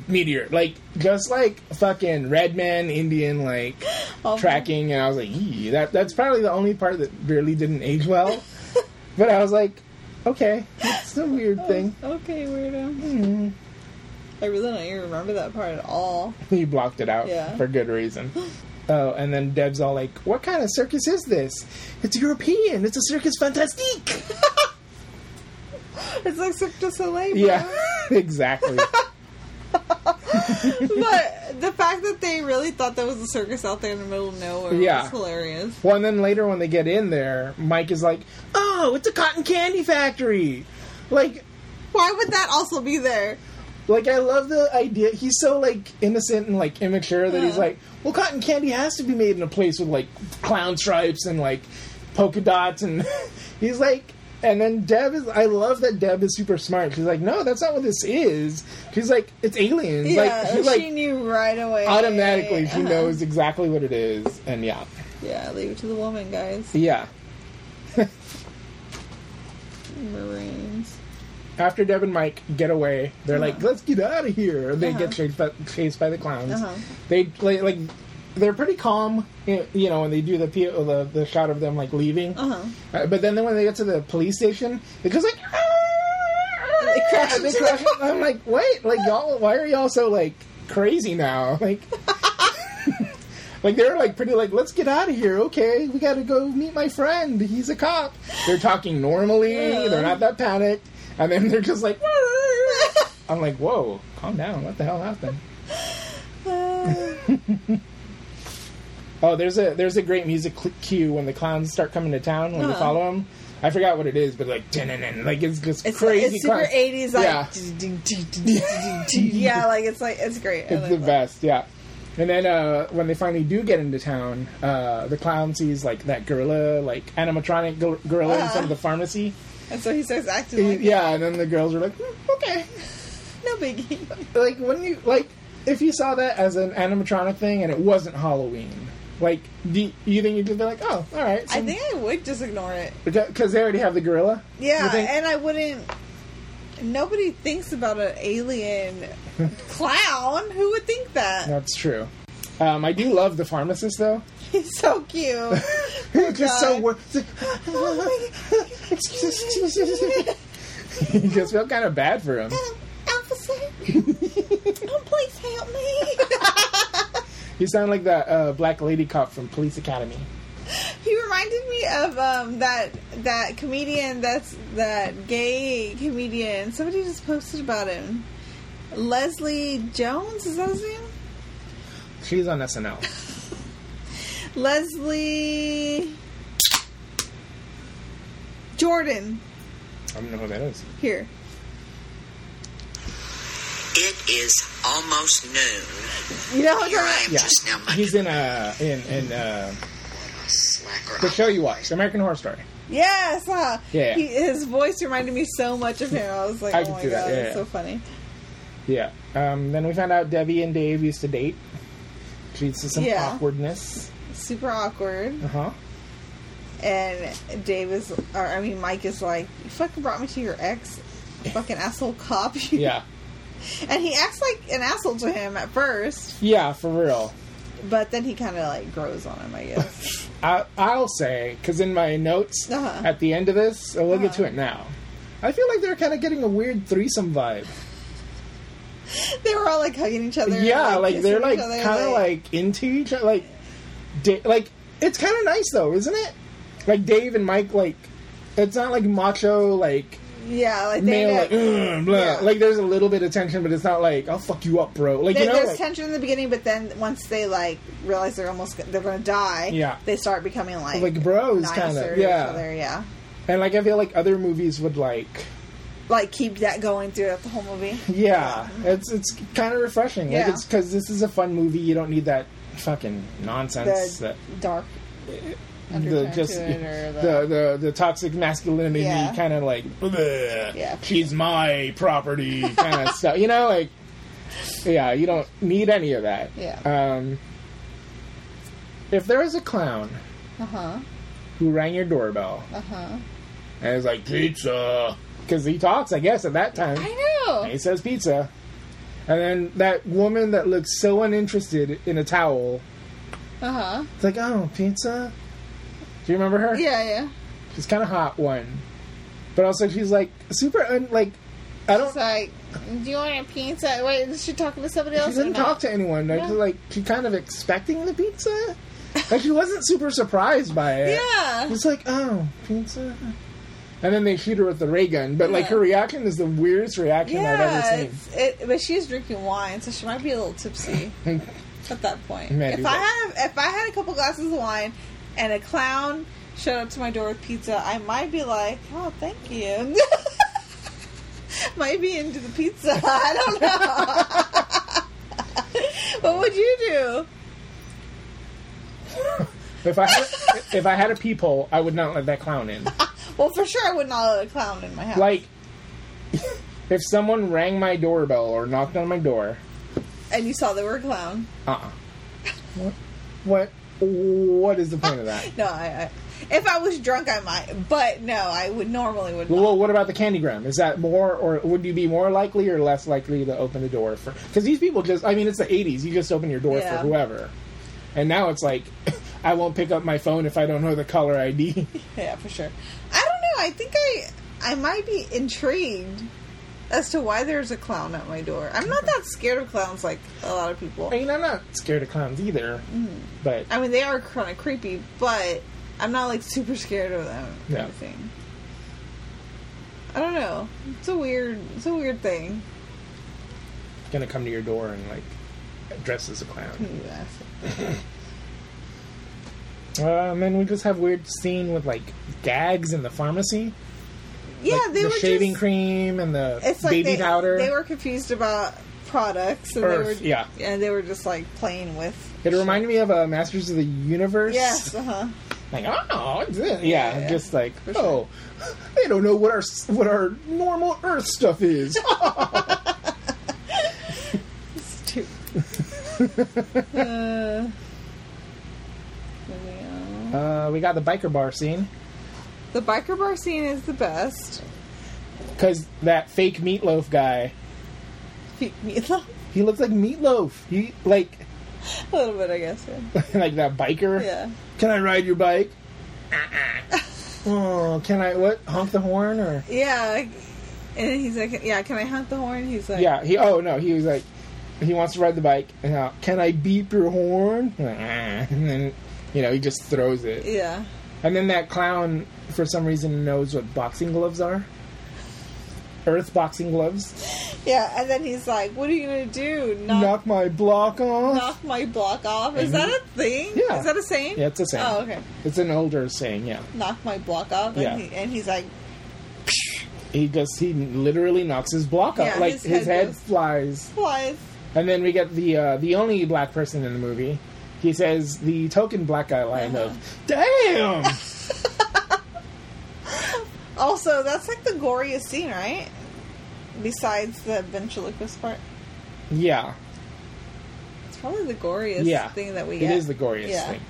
S2: Meteor, like just like fucking red man Indian, like
S1: [gasps] Oh.
S2: tracking, and I was like, "Yee." that that's probably the only part that really didn't
S1: [laughs]
S2: age well. but I was like, okay, it's
S1: [laughs]
S2: a
S1: Oh.
S2: weird thing. Mm-hmm.
S1: Okay, weirdo. I really don't even remember that part at all.
S2: He blocked it out
S1: Yeah.
S2: for
S1: [gasps]
S2: good reason. Oh, and then Deb's all like, "What kind of circus is this? It's European. It's a circus fantastique."
S1: It's like Cirque du Soleil. bro. [laughs]
S2: Yeah, exactly.
S1: but the fact that they really thought there was a circus out there in the middle of nowhere
S2: Yeah.
S1: was hilarious.
S2: well, and then later when they get in there, Mike is like, "Oh, it's a cotton candy factory." Like,
S1: Why would that also be there?
S2: Like I love the idea. He's so like innocent and like immature that he's like, well, cotton candy has to be made in a place with like clown stripes and like polka dots, and [laughs] he's like. And then Deb is. I love that Deb is super smart. She's like, no, that's not what this is. She's like, it's aliens.
S1: yeah,
S2: like, he, like
S1: she knew right away.
S2: automatically she
S1: Uh-huh.
S2: knows exactly what it is. And yeah,
S1: Yeah, leave it to the woman, guys.
S2: yeah.
S1: Marines.
S2: after Deb and Mike get away, they're like, "Let's get out of here." They
S1: Uh-huh.
S2: get chased by, chased by the clowns.
S1: Uh-huh.
S2: They like, like they're pretty calm, you you know, when they do the PO, the the shot of them like leaving.
S1: Uh-huh.
S2: Uh, but then when they get to the police station, it goes like. "Ah!" [laughs]
S1: They crash
S2: And they
S1: into
S2: crash
S1: the-
S2: in- I'm like, wait, like y'all, why are y'all so like crazy now? [laughs] Like, like they're like pretty like, let's get out of here. Okay, we got to go meet my friend. He's a cop. They're talking normally.
S1: Yeah.
S2: They're not that panicked. And then they're just like, I'm like, whoa, calm down. What the hell happened? Oh, there's a there's a great music cl- cue when the clowns start coming to town when you
S1: Huh.
S2: follow them. I forgot what it is, but like, [laughs] "Dun-dun-dun," like it's just
S1: [laughs] It's,
S2: crazy.
S1: it's super
S2: clowns.
S1: 80s,
S2: [laughs] Yeah.
S1: like. Yeah, like it's like, it's great. I
S2: It's
S1: like
S2: the
S1: that.
S2: best, yeah. And then uh, when they finally do get into town, uh, the clown sees like that gorilla, like animatronic gor- gorilla in front of the pharmacy.
S1: And so he starts acting Uh-huh. like,
S2: yeah, and then the girls are like, "Hmm, okay,
S1: no biggie. [laughs]
S2: like when you like if you saw that as an animatronic thing and it wasn't Halloween, like do you think you'd just be like, oh, all right,
S1: I think I would just ignore it.
S2: because they already have the gorilla. You
S1: Yeah,
S2: think-
S1: and I wouldn't. Nobody thinks about an
S2: [laughs]
S1: alien clown. Who would think that?
S2: that's true. Um, I do love the pharmacist though.
S1: He's so cute.
S2: [laughs] He's just so
S1: Oh God.
S2: [laughs]
S1: Oh
S2: wor- [laughs] you just feel kind of bad for him.
S1: Um, [laughs] Officer, oh, please help me. [laughs]
S2: You sound like that uh, black lady cop from Police Academy.
S1: he reminded me of um, that that comedian. That's that gay comedian. Somebody just posted about him. Leslie Jones is that his name?
S2: She's on SNL.
S1: Leslie Jordan.
S2: I don't know who that is.
S1: Here.
S3: It is almost noon.
S1: You know what
S3: Here I
S1: I'm
S3: am
S2: Yeah,
S3: just now minding
S2: he's in uh in in uh,
S3: my slacker.
S2: the show you watched, American Horror Story.
S1: Yes. Huh?
S2: Yeah.
S1: He, his voice reminded me so much of him. I was like,
S2: I
S1: oh
S2: can
S1: my
S2: see
S1: god,
S2: that. Yeah,
S1: that's
S2: yeah.
S1: so funny.
S2: Yeah. Um, then we found out Debbie and Dave used to date, which leads to some
S1: Yeah.
S2: awkwardness.
S1: Super awkward.
S2: Uh huh.
S1: And Dave is, or I mean, Mike is like, you fucking brought me to your ex, fucking asshole cop.
S2: [laughs]
S1: [laughs]
S2: Yeah.
S1: And he acts like an asshole to him at first,
S2: Yeah, for real.
S1: but then he kind of like grows on him, I
S2: [laughs]
S1: guess.
S2: I, I'll say, because in my notes
S1: Uh-huh.
S2: at the end of this, and we'll get to it now. I feel like they're kind of getting a weird threesome vibe.
S1: they were all like hugging each other. and,
S2: yeah, like, they're
S1: kissing
S2: like
S1: each other,
S2: kind of like into each other. Like, da- like it's kind of nice though, isn't it? Like Dave and Mike, like it's not like macho, like
S1: yeah, like they
S2: male,
S1: know-
S2: like "Ugh, blah.
S1: Yeah.
S2: Like there's a little bit of tension, but it's not like I'll fuck you up, bro. Like
S1: There-
S2: you know,
S1: there's
S2: like,
S1: tension in the beginning, but then once they like realize they're almost go- they're going to die,
S2: Yeah.
S1: they start becoming like
S2: Like bros,
S1: nicer
S2: kinda,
S1: to
S2: yeah.
S1: each other, yeah.
S2: and like I feel like other movies would like
S1: Like keep that going throughout the whole
S2: [laughs]
S1: movie.
S2: Yeah, it's it's kind of refreshing. Like
S1: Yeah.
S2: it's because this is a fun movie. You don't need that fucking nonsense.
S1: The
S2: that
S1: dark
S2: the,
S1: undertone
S2: just
S1: to it or
S2: the, the the toxic masculinity
S1: Yeah.
S2: kind of like "Bleh,
S1: Yeah.
S2: she's my property kind of [laughs] stuff. You know, like yeah, you don't need any of that.
S1: Yeah.
S2: Um, if there is a clown
S1: uh huh
S2: who rang your doorbell
S1: uh huh.
S2: and is like pizza because he talks, I guess at that time.
S1: I know.
S2: And he says pizza. And then that woman that looks so uninterested in a towel,
S1: Uh huh.
S2: it's like, oh, pizza? Do you remember her?
S1: Yeah, yeah.
S2: She's kind of hot one. But also, she's like super, un- like, I don't,
S1: It's like, do you want a pizza? Wait, is she talking to somebody
S2: she
S1: else?
S2: didn't
S1: or not?
S2: talk to anyone. Like,
S1: Yeah.
S2: like, she kind of expecting the pizza. Like, she wasn't super surprised by it.
S1: Yeah.
S2: It's like, oh, pizza? And then they shoot her with the ray gun. But, like,
S1: Yeah.
S2: her reaction is the weirdest reaction I've ever
S1: Yeah,
S2: seen.
S1: it's- it, but she's drinking wine, so she might be a little
S2: [laughs]
S1: tipsy at that point.
S2: Might be
S1: if I had if I had a couple glasses of wine and a clown showed up to my door with pizza, I might be like, "Oh, thank you." [laughs] might be into the pizza. [laughs] I don't know. [laughs] what would you do?
S2: If I had, [laughs] if I had a peephole, I would not let that clown
S1: [laughs]
S2: in.
S1: Well, for sure, I would not let a clown in my house.
S2: Like, [laughs] if someone rang my doorbell or knocked on my door,
S1: and you saw they were a clown.
S2: uh, uh what, what, what is the point of that?
S1: No, I, I. If I was drunk, I might. But no, I would normally would. Not.
S2: Well, what about the candygram? Is that more, or would you be more likely or less likely to open the door for? Because these people just—I mean, it's the '80s. You just open your door
S1: Yeah.
S2: for whoever, and now it's like, [laughs] I won't pick up my phone if I don't know the caller ID.
S1: Yeah, for sure. I don't know. I think I. I might be intrigued as to why there's a clown at my door. I'm not that scared of clowns like a lot of people.
S2: [laughs] I mean, I'm not scared of clowns either,
S1: Mm.
S2: but
S1: I mean, they are kind of creepy, but I'm not like super scared of them. or
S2: Yeah.
S1: anything. I don't know. It's a weird. It's a weird thing.
S2: gonna come to your door and like dress as a clown.
S1: You ask. Hmm.
S2: Um, and we just have weird scene with like gags in the pharmacy,
S1: Yeah,
S2: Like,
S1: they
S2: the
S1: were
S2: shaving
S1: just,
S2: cream and the
S1: It's like they,
S2: baby powder.
S1: They were confused about products. And
S2: Earth,
S1: they were,
S2: yeah.
S1: and they were just like playing with.
S2: it reminded me of uh, Masters of the Universe.
S1: Yes, uh huh.
S2: like oh it's this.
S1: Yeah,
S2: yeah,
S1: yeah.
S2: just like
S1: sure.
S2: oh [laughs] they don't know what our what our normal earth stuff [laughs] is
S1: Stupid. uh, moving on.
S2: uh, we got the biker bar scene
S1: the biker bar scene is the best.
S2: because that fake meatloaf guy
S1: [laughs] Meatloaf?
S2: he looks like meatloaf he like [laughs]
S1: A little bit, I guess. Yeah.
S2: like that biker
S1: yeah.
S2: can i ride your bike Uh-uh. [laughs] oh can i what honk the horn or
S1: Yeah. And he's like, yeah, can I hunt the horn? He's like,
S2: yeah he oh no he was like he wants to ride the bike and uh, can i beep your horn [laughs] Like, "Ah." and then you know he just throws it
S1: Yeah.
S2: And then that clown, for some reason, knows what boxing gloves are. Earth boxing gloves.
S1: Yeah. And then he's like, what are you going to do? Knock,
S2: Knock my block off. Mm-hmm.
S1: knock my block off? Is that a thing?
S2: Yeah.
S1: Is that a saying?
S2: Yeah, it's a saying.
S1: Oh, okay.
S2: It's an older saying. Yeah,
S1: Knock my block off. And,
S2: Yeah.
S1: he, and he's like,
S2: he just he literally knocks his block
S1: Yeah,
S2: off. Like
S1: his
S2: his,
S1: head
S2: head,
S1: goes-
S2: flies.
S1: flies.
S2: And then we get the uh, the only black person in the movie. He says the token black guy line of
S1: Uh-huh. [laughs]
S2: "Damn."
S1: Also, that's like the goriest scene, right? Besides the ventriloquist part.
S2: yeah,
S1: It's probably the goriest
S2: yeah.
S1: thing that we
S2: It
S1: get.
S2: is the goriest
S1: Yeah.
S2: thing.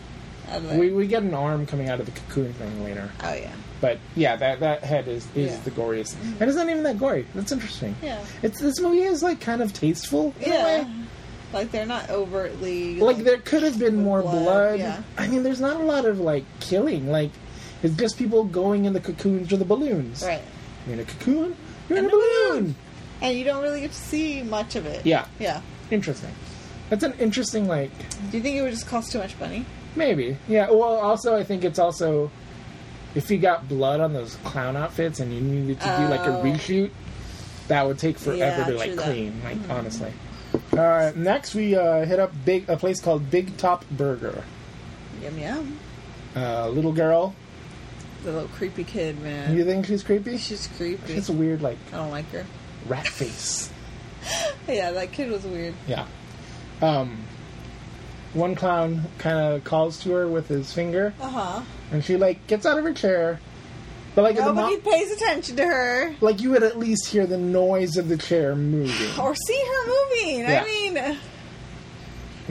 S1: Out of
S2: We
S1: it.
S2: we get an arm coming out of the cocoon thing later.
S1: Oh, yeah.
S2: But yeah, that that head is is
S1: Yeah.
S2: the goriest, and it's not even that gory. That's interesting.
S1: Yeah.
S2: it's this movie is like kind of tasteful in
S1: yeah.
S2: a way.
S1: Like, they're not overtly.
S2: Like there could have been more
S1: blood,
S2: blood.
S1: yeah.
S2: I mean, there's not a lot of like killing. Like it's just people going in the cocoons or the balloons.
S1: Right.
S2: You're in a cocoon. You're in a balloon.
S1: And you don't really get to see much of it.
S2: Yeah.
S1: Yeah.
S2: Interesting. That's an interesting like
S1: Do you think it would just cost too much money?
S2: maybe. Yeah. Well, also I think it's also if you got blood on those clown outfits and you needed to do like
S1: Oh.
S2: a reshoot, that would take forever
S1: Yeah,
S2: to
S1: true
S2: like
S1: that. Mm-hmm.
S2: clean. Like honestly. Uh, next, we uh, hit up big a place called Big Top Burger.
S1: Yum yum.
S2: uh, little girl.
S1: The little creepy kid, man.
S2: You think she's creepy? She's
S1: Uh, [laughs] She's creepy.
S2: a weird, like,
S1: I don't like her. [laughs]
S2: rat face.
S1: Yeah, that kid was weird.
S2: Yeah. Um, one clown kind of calls to her with his finger,
S1: Uh huh.
S2: and she, like, gets out of her chair. But, like, the
S1: Nobody
S2: mo-
S1: pays attention to her
S2: like you would at least hear the noise of the chair moving.
S1: [laughs] or see her moving.
S2: Yeah.
S1: I mean,
S2: And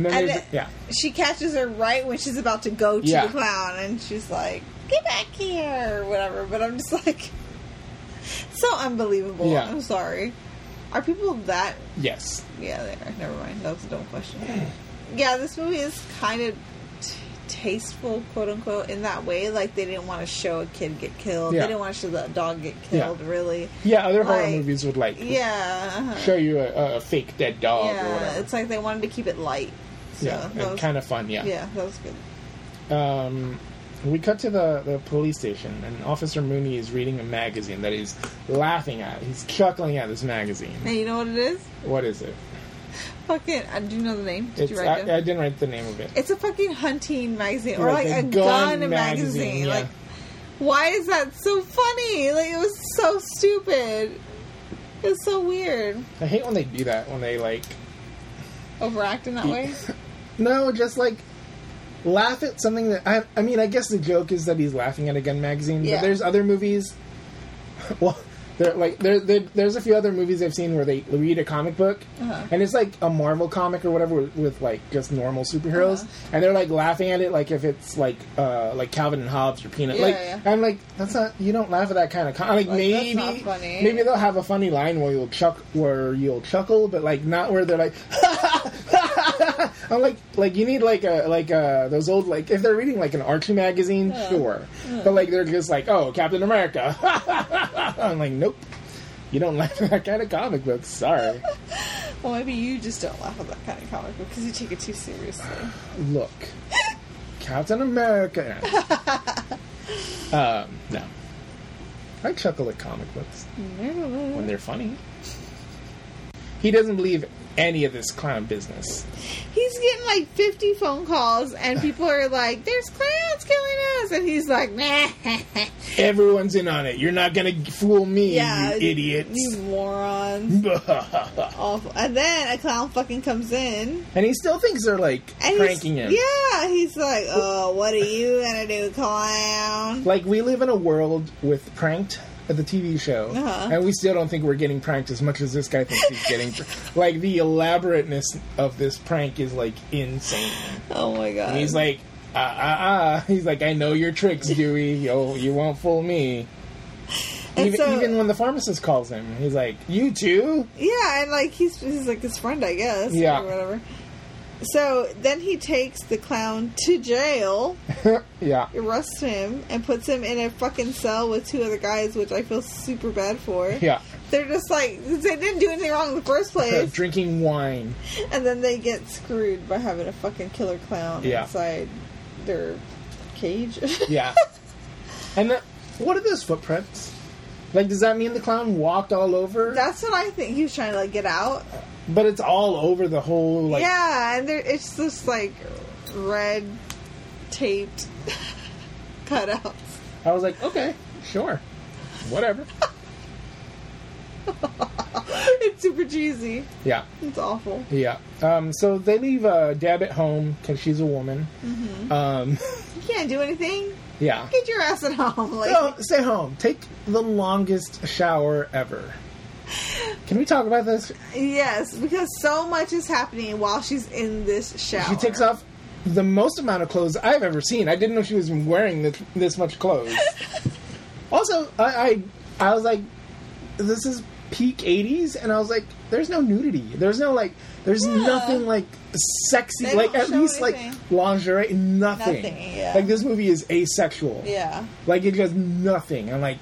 S2: then
S1: and
S2: there's,
S1: it-
S2: yeah.
S1: she catches her right when she's about to go to
S2: Yeah.
S1: the clown, and she's like, "Get back here," or whatever. But I'm just [laughs] like, so unbelievable.
S2: Yeah.
S1: I'm sorry. Are people that
S2: Yes.
S1: Yeah, they are. Never mind. That was a dumb
S2: [clears throat]
S1: question. Yeah, this movie is kind of t- tasteful, quote unquote, in that way. Like, they didn't want to show a kid get killed.
S2: Yeah.
S1: They didn't want to show the dog get killed,
S2: Yeah.
S1: really.
S2: Yeah, other horror
S1: Like-
S2: movies would, like,
S1: Yeah. uh-huh.
S2: show you a, a fake dead dog or
S1: Yeah.
S2: whatever.
S1: It's like they wanted to keep it light. So
S2: yeah,
S1: that was,
S2: kind of fun,
S1: Yeah, that was good.
S2: um, we cut to the, the police station, and Officer Mooney is reading a magazine that he's laughing at. He's chuckling at this magazine.
S1: Now, you know what it is?
S2: What is it?
S1: Fucking. I do you know the name. Did
S2: It's,
S1: you
S2: I,
S1: write
S2: I
S1: it?
S2: didn't write the name of it.
S1: It's a fucking hunting magazine or like,
S2: Like
S1: a,
S2: a
S1: gun, magazine.
S2: gun magazine, yeah.
S1: Like, why is that so funny? Like, it was so stupid. It's so weird.
S2: I hate when they do that. When they like,
S1: Overacting that way.
S2: no, just like laugh at something that I. I mean, I guess the joke is that he's laughing at a gun magazine.
S1: Yeah.
S2: But there's other movies. [laughs] Well, there like there, there there's a few other movies I've seen where they read a comic book,
S1: Uh-huh.
S2: and it's like a Marvel comic or whatever with, with like just normal superheroes,
S1: Uh-huh.
S2: and they're like laughing at it like if it's like uh like Calvin and Hobbes or Peanut.
S1: Yeah,
S2: like
S1: yeah.
S2: I'm like that's not you don't laugh at that kind of
S1: Like,
S2: comic. Like,
S1: that's
S2: maybe
S1: not funny.
S2: maybe they'll have a funny line where you'll chuck where you'll chuckle, but like not where they're like. [laughs] I'm like like you need like a like uh those old like if they're reading like an Archie magazine sure but like they're just like oh Captain America [laughs] I'm like nope you don't like [laughs] that kind of comic book sorry
S1: Well, maybe you just don't laugh at that kind of comic book because you take it too seriously.
S2: look
S1: [laughs]
S2: Captain America um no I chuckle at comic books when they're funny he doesn't believe any of this clown business
S1: He's getting like 50 phone calls, and people are like, there's clowns killing us. And he's like, nah. [laughs]
S2: everyone's in on it you're not gonna fool me
S1: yeah.
S2: you idiots
S1: You morons. Awful. And then a clown fucking comes in.
S2: [laughs] And he still thinks they're like
S1: And he's-
S2: pranking him.
S1: Yeah. He's like, oh, what are you going to do, clown?
S2: Like we live in a world with pranked at the TV show,
S1: Uh-huh.
S2: and we still don't think we're getting pranked as much as this guy thinks he's getting. pr-
S1: [laughs]
S2: like the elaborateness of this prank is like insane.
S1: Oh my God.
S2: And he's like, ah ah ah. He's like, I know your tricks, Dewey. Yo, you won't fool me.
S1: And
S2: Even,
S1: so-
S2: even when the pharmacist calls him, he's like, "You too." [laughs]
S1: Yeah, and like he's he's like his friend, I guess.
S2: Yeah.
S1: Or whatever. So then he takes the clown to jail,
S2: yeah,
S1: arrests him, and puts him in a fucking cell with two other guys, which I feel super bad for.
S2: yeah. Uh,
S1: They're just like they didn't do anything wrong in the
S2: [laughs]
S1: first place,
S2: Drinking wine.
S1: and then they get screwed by having a fucking killer clown
S2: Yeah.
S1: inside their cage. [laughs]
S2: Yeah. and the, what are those footprints? Like, does that mean the clown walked all over?
S1: That's what I think he was trying to like get out.
S2: but it's all over the whole, like,
S1: yeah, and there, it's just like red taped [laughs] cutouts. [laughs]
S2: I was like, okay, sure. Whatever.
S1: it's super cheesy.
S2: yeah.
S1: It's awful.
S2: Yeah. Um, so they leave uh, Deb at home because she's a woman. Um, [laughs]
S1: You can't do anything.
S2: yeah.
S1: Get your ass at home. [laughs] Like,
S2: No, stay home. Take the longest shower ever. Can we talk about this?
S1: yes, because so much is happening while she's in this shower.
S2: She takes off the most amount of clothes I've ever seen. I didn't know she was wearing this, this
S1: [laughs]
S2: much clothes. also, I, I I was like, this is peak '80s, and I was like, there's no nudity. There's no like. There's nothing like sexy.
S1: They
S2: like
S1: don't
S2: at
S1: show
S2: least
S1: anything.
S2: like lingerie. Nothing.
S1: Nothing, yeah.
S2: Like this movie is asexual.
S1: Yeah,
S2: Like it does nothing. I'm like,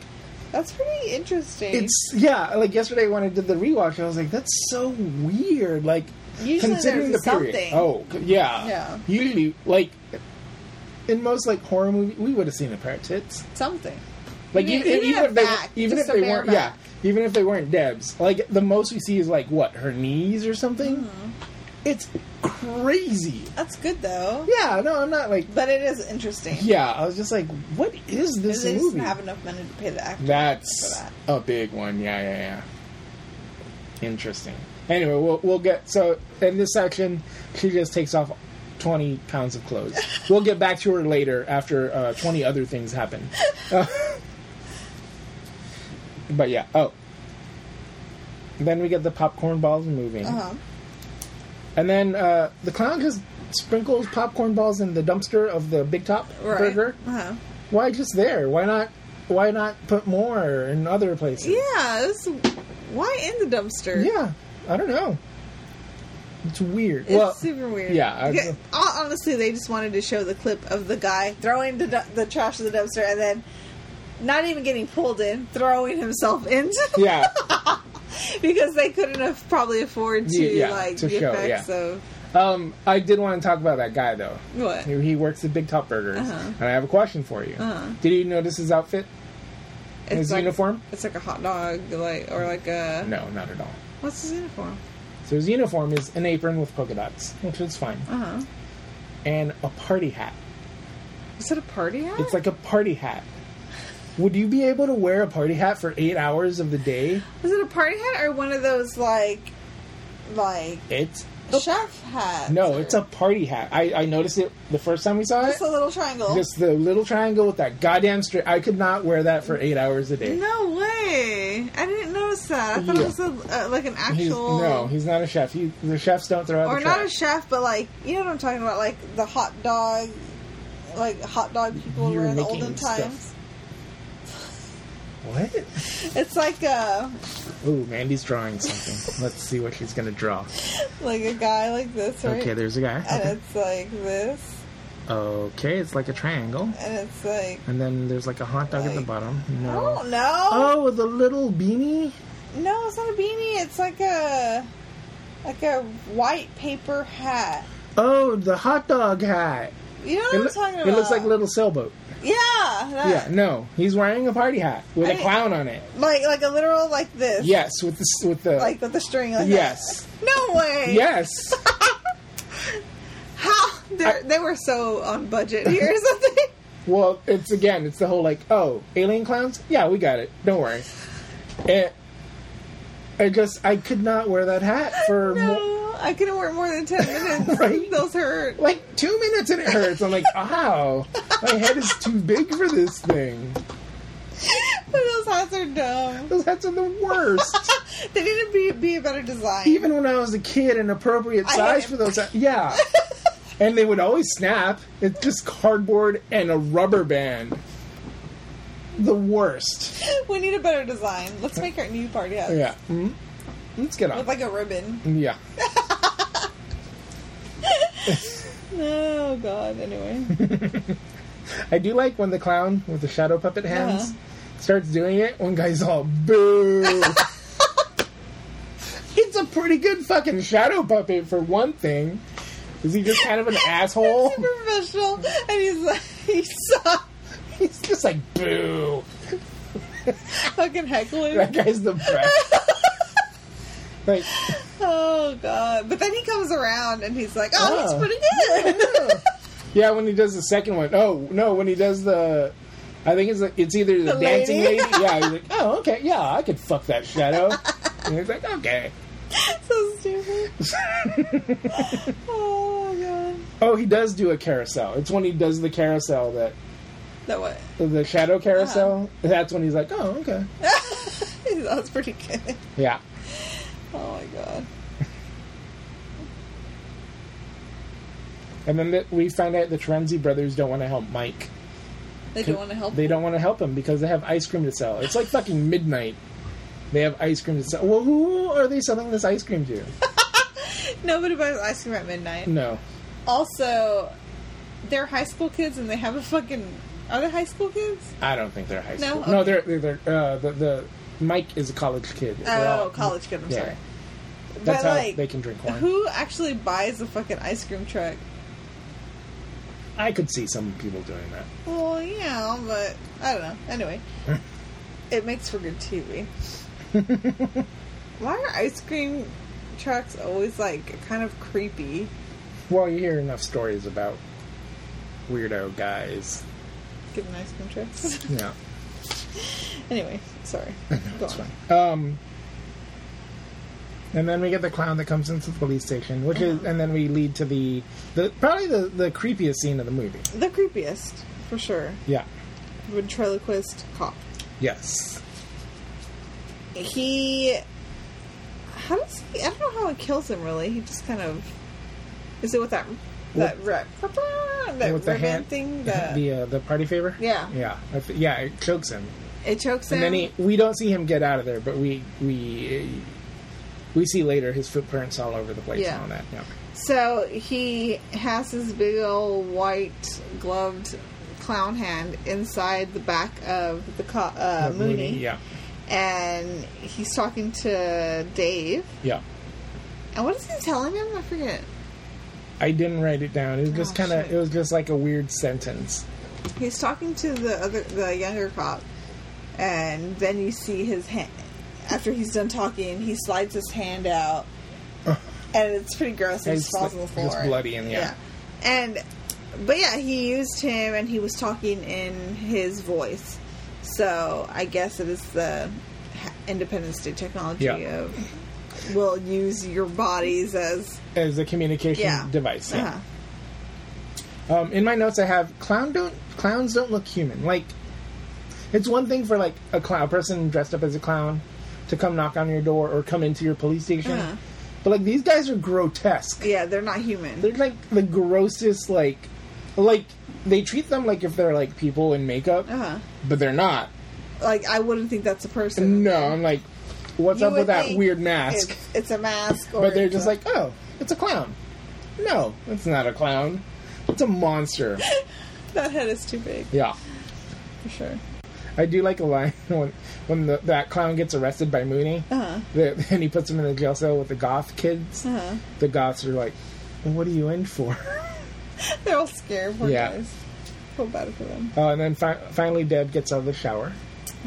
S1: that's pretty interesting.
S2: it's yeah. Like yesterday when I did the rewatch, I was like, that's so weird. Like
S1: Usually
S2: considering the
S1: there's
S2: period.
S1: something.
S2: Oh c- yeah.
S1: Yeah.
S2: Usually, like in most like horror movie, we would have seen the pair of tits.
S1: something.
S2: Like
S1: Even-
S2: even, even,
S1: even a
S2: if they
S1: back,
S2: even if
S1: just a
S2: they
S1: bare
S2: weren't
S1: back.
S2: yeah even if they weren't Debs. Like the most we see is like what her knees or something.
S1: Mm-hmm.
S2: It's crazy.
S1: That's good though.
S2: Yeah. No, I'm not like.
S1: But it is interesting.
S2: Yeah, I was just like, what is this
S1: They just
S2: movie?
S1: didn't have enough money to pay the actor.
S2: That's
S1: for that.
S2: a big one. Yeah, yeah, yeah. Interesting. Anyway, we'll we'll get so in this section, she just takes off twenty pounds of
S1: [laughs]
S2: clothes. we'll get back to her later after uh, twenty other things happen. [laughs] Uh, but yeah. Oh. Then we get the popcorn balls moving,
S1: Uh-huh.
S2: and then uh, the clown just sprinkles popcorn balls in the dumpster of the Big Top
S1: Right.
S2: burger.
S1: Uh-huh.
S2: Why just there? Why not? Why not put more in other places?
S1: Yeah. This, why in the dumpster?
S2: Yeah, I don't know. It's weird.
S1: It's
S2: well,
S1: super weird.
S2: yeah, I-
S1: Okay, hon- honestly, they just wanted to show the clip of the guy throwing the, du- the trash in the dumpster and then not even getting pulled in, throwing himself [laughs] into
S2: [laughs] yeah,
S1: because they couldn't have probably afford to
S2: Yeah,
S1: like
S2: to
S1: the
S2: show,
S1: effects
S2: yeah.
S1: of
S2: um, I did want to talk about that guy though.
S1: what?
S2: He he works at Big Top Burgers,
S1: Uh-huh.
S2: and I have a question for you.
S1: Uh-huh.
S2: Did you notice his outfit?
S1: It's
S2: His
S1: like,
S2: uniform?
S1: It's like a hot dog, like or like a
S2: No, not at all.
S1: what's his uniform?
S2: So his uniform is an apron with polka dots, which is fine,
S1: Uh huh.
S2: and a party hat.
S1: Is it a party hat?
S2: It's like a party hat. Would you be able to wear a party hat for eight hours of the day?
S1: Was it a party hat or one of those like, like
S2: It's
S1: chef hats?
S2: no,
S1: or-
S2: it's a party hat. I, I noticed it the first time we saw it.
S1: It's a little triangle.
S2: Just the little triangle with that goddamn strip. I could not wear that for eight hours a day.
S1: no way! I didn't notice that. I thought
S2: Yeah.
S1: it was a, uh, like an
S2: He's,
S1: actual.
S2: no, he's not a chef. He, the chefs don't throw out
S1: or
S2: the
S1: not a
S2: trash.
S1: chef, but like you know what I'm talking about, like the hot dog, like hot dog people
S2: You're
S1: were in the
S2: making
S1: olden
S2: stuff.
S1: times.
S2: what?
S1: It's like a
S2: Ooh, Mandy's
S1: [laughs]
S2: drawing something. Let's see what she's gonna draw.
S1: like a guy like this, right?
S2: Okay, there's a
S1: and
S2: guy.
S1: it's like this,
S2: Okay. okay, it's like a triangle,
S1: and it's like
S2: and then there's like a hot dog at the
S1: Like-
S2: bottom.
S1: I
S2: No.
S1: don't know.
S2: Oh, with a little beanie.
S1: No, it's not a beanie. It's like a like a white paper hat.
S2: Oh, the hot dog hat.
S1: You know what
S2: It,
S1: I'm
S2: loo-
S1: talking
S2: it
S1: about?
S2: looks like a little sailboat.
S1: yeah, that-
S2: Yeah, no, he's wearing a party hat with
S1: I
S2: a
S1: didn't-
S2: clown on it.
S1: like like a literal like this.
S2: Yes, with the s- with the
S1: like with the string. Like
S2: yes,
S1: that. No way. [laughs]
S2: yes.
S1: How They're, they were so on budget here or
S2: [laughs]
S1: something.
S2: Well, it's again, it's the whole like, oh, alien clowns? Yeah, we got it. Don't worry. It, I just, I could not wear that hat for mo-
S1: [laughs] no, I couldn't work more than ten minutes.
S2: [laughs] Right?
S1: Those hurt.
S2: like two minutes and it hurts. I'm like, ow, my head is too big for this thing.
S1: But those hats are dumb.
S2: Those hats are the
S1: [laughs]
S2: worst.
S1: They need to be, be a better design.
S2: Even when I was a kid, an appropriate
S1: I
S2: size
S1: had-
S2: for those. Hats, yeah. And they would always snap. It's just cardboard and a rubber band. The worst.
S1: [laughs] we need a better design. Let's make our new party hat
S2: Yeah. Mhm. Let's get on.
S1: with like a ribbon.
S2: Yeah.
S1: Oh God. Anyway.
S2: [laughs] I do like when the clown with the shadow puppet hands starts doing it. One guy's all [laughs] boo. He's a pretty good fucking shadow puppet for one thing. Is he just kind of [laughs] an asshole?
S1: super professional, and he's [laughs] like, he sucks.
S2: He's just like boo.
S1: Fucking heckling.
S2: That guy's the [laughs] best. like,
S1: Oh god! But then he comes around and he's like, "Oh,
S2: Oh.
S1: he's pretty good."
S2: [laughs] yeah, when he does the second one. Oh no, when he does the. I think it's like, it's either the,
S1: The
S2: dancing lady.
S1: lady?
S2: [laughs] Yeah, he's like, oh okay, yeah, I could fuck that shadow. and he's like, okay. [laughs]
S1: [laughs] so stupid. Oh my god!
S2: Oh, he does do a carousel. It's when he does the carousel that
S1: That what? [laughs]
S2: the shadow carousel. That's when he's like, "Oh, okay,
S1: that was pretty good.
S2: yeah."
S1: Oh my god!
S2: And then the, we find out the Terenzi brothers don't want to help Mike.
S1: They don't want to help.
S2: They
S1: him.
S2: don't want to help him because they have ice cream to sell. It's like fucking midnight. They have ice cream to sell. Well, who are they selling this ice cream to?
S1: Nobody buys ice cream at midnight.
S2: No,
S1: Also, they're high school kids and they have a fucking. Are they high school kids?
S2: I don't think they're high
S1: No?
S2: school. No,
S1: Okay.
S2: they're they're, they're uh, the, the Mike is a college kid. They're
S1: Oh,
S2: all-
S1: college kid. I'm
S2: yeah.
S1: sorry.
S2: That's
S1: but
S2: how
S1: like,
S2: they can drink wine.
S1: Who actually buys a fucking ice cream truck?
S2: I could see some people doing that.
S1: Well, yeah, but I don't know.
S2: [laughs]
S1: Anyway, it makes for good TV. Why are ice cream trucks always like kind of creepy?
S2: Well, you hear enough stories about weirdo guys.
S1: Getting ice cream trucks.
S2: Yeah,
S1: [laughs] anyway,
S2: [laughs]
S1: sorry. Go
S2: that's
S1: on.
S2: fine. Um, and then we get the clown that comes into the police station, which is, and then we lead to the, the probably the, the creepiest scene of the movie.
S1: The creepiest, for sure.
S2: Yeah.
S1: Ventriloquist cop.
S2: Yes.
S1: He. How does he? I don't know how it kills him. Really, he just kind of. Is it with that that rep, [laughs] that
S2: With the
S1: ribbon
S2: hand
S1: thing? The,
S2: the uh, the party favor.
S1: Yeah.
S2: Yeah. I th- Yeah. It chokes him,
S1: it chokes him.
S2: and then he we don't see him get out of there, but we we. Uh, we see later his footprints all over the place
S1: Yeah.
S2: and all that. Yeah.
S1: So he has his big old white gloved clown hand inside the back of the co- uh,
S2: But
S1: Mooney,
S2: Yeah.
S1: and he's talking to Dave.
S2: Yeah.
S1: And what is he telling him? I forget.
S2: I didn't write it down. It was just
S1: Oh,
S2: kind of
S1: shit.
S2: it was just like a weird sentence.
S1: He's talking to the other, the younger cop, and then you see his hand. After he's done talking, he slides his hand
S2: [laughs]
S1: out, and it's pretty gross. And
S2: And
S1: it just falls on the
S2: it's
S1: floor.
S2: just bloody and yeah.
S1: And but yeah, he used him, and he was talking in his voice. So I guess it is the ha- Independence Day technology
S2: Yeah.
S1: of will use your bodies as
S2: as a communication
S1: yeah
S2: device. Yeah.
S1: Uh-huh.
S2: Um, in my notes, I have clown don't clowns don't look human. Like, it's one thing for like a clown, a person dressed up as a clown, to come knock on your door or come into your police station.
S1: Uh-huh.
S2: But like these guys are grotesque.
S1: Yeah, they're not human.
S2: They're like the grossest. Like, like they treat them like if they're like people in makeup,
S1: Uh-huh.
S2: but they're not.
S1: Like I wouldn't think that's a person.
S2: No, I'm like, what's
S1: You
S2: up with
S1: would
S2: that
S1: think
S2: weird mask?
S1: It's, it's a mask, or
S2: [laughs] But they're
S1: it's
S2: just
S1: a-
S2: like, oh, it's a clown. No, it's not a clown. It's
S1: [laughs]
S2: a monster.
S1: [laughs] that head is too big
S2: yeah.
S1: for sure.
S2: I do like a line [laughs] when when the, that clown gets arrested by Mooney,
S1: Uh-huh.
S2: that- and he puts him in the jail cell with the goth kids.
S1: Uh-huh.
S2: The goths are like, "What are you in for?" [laughs]
S1: They're all scared. Poor
S2: Yeah.
S1: guys. Feel bad for them.
S2: Uh, and then fi- finally, Deb gets out of the shower.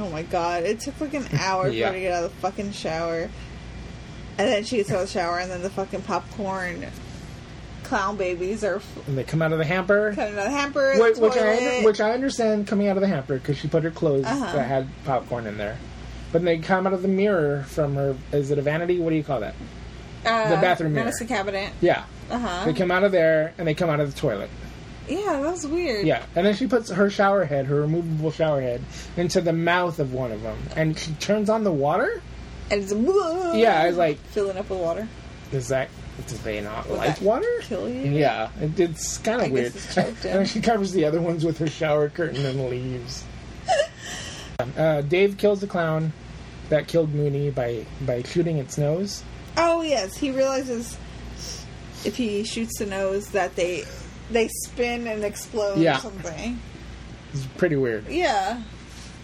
S1: Oh my god! It took
S2: [laughs]
S1: like an hour for
S2: Yeah.
S1: her to get out of the fucking shower, and then she gets out of the shower, and then the fucking popcorn clown babies are f-
S2: And they come out of the hamper,
S1: coming out of the hamper.
S2: which,
S1: the
S2: which I
S1: toilet.
S2: under- which I understand coming out of the hamper because she put her clothes
S1: Uh-huh.
S2: that had popcorn in there. But they come out of the mirror from her. Is it a vanity? What do you call that?
S1: uh,
S2: the bathroom mirror.
S1: medicine cabinet.
S2: Yeah.
S1: Uh huh.
S2: They come out of there and they come out of the toilet.
S1: Yeah, that was weird.
S2: Yeah, and then she puts her shower head, her removable shower head, into the mouth of one of them, and she turns on the water.
S1: and it's [laughs] whoa,
S2: Yeah, I was like,
S1: filling up with water.
S2: does that does they not
S1: Would
S2: like
S1: that
S2: water?
S1: Kill you.
S2: Yeah, it, it's kind
S1: I guess
S2: of weird.
S1: it's
S2: And
S1: choked in.
S2: then she covers the other ones with her shower curtain and leaves. uh, Dave kills the clown that killed Mooney by by shooting its nose.
S1: Oh yes, he realizes if he shoots the nose that they they spin and explode
S2: Yeah.
S1: or something.
S2: It's pretty weird.
S1: Yeah,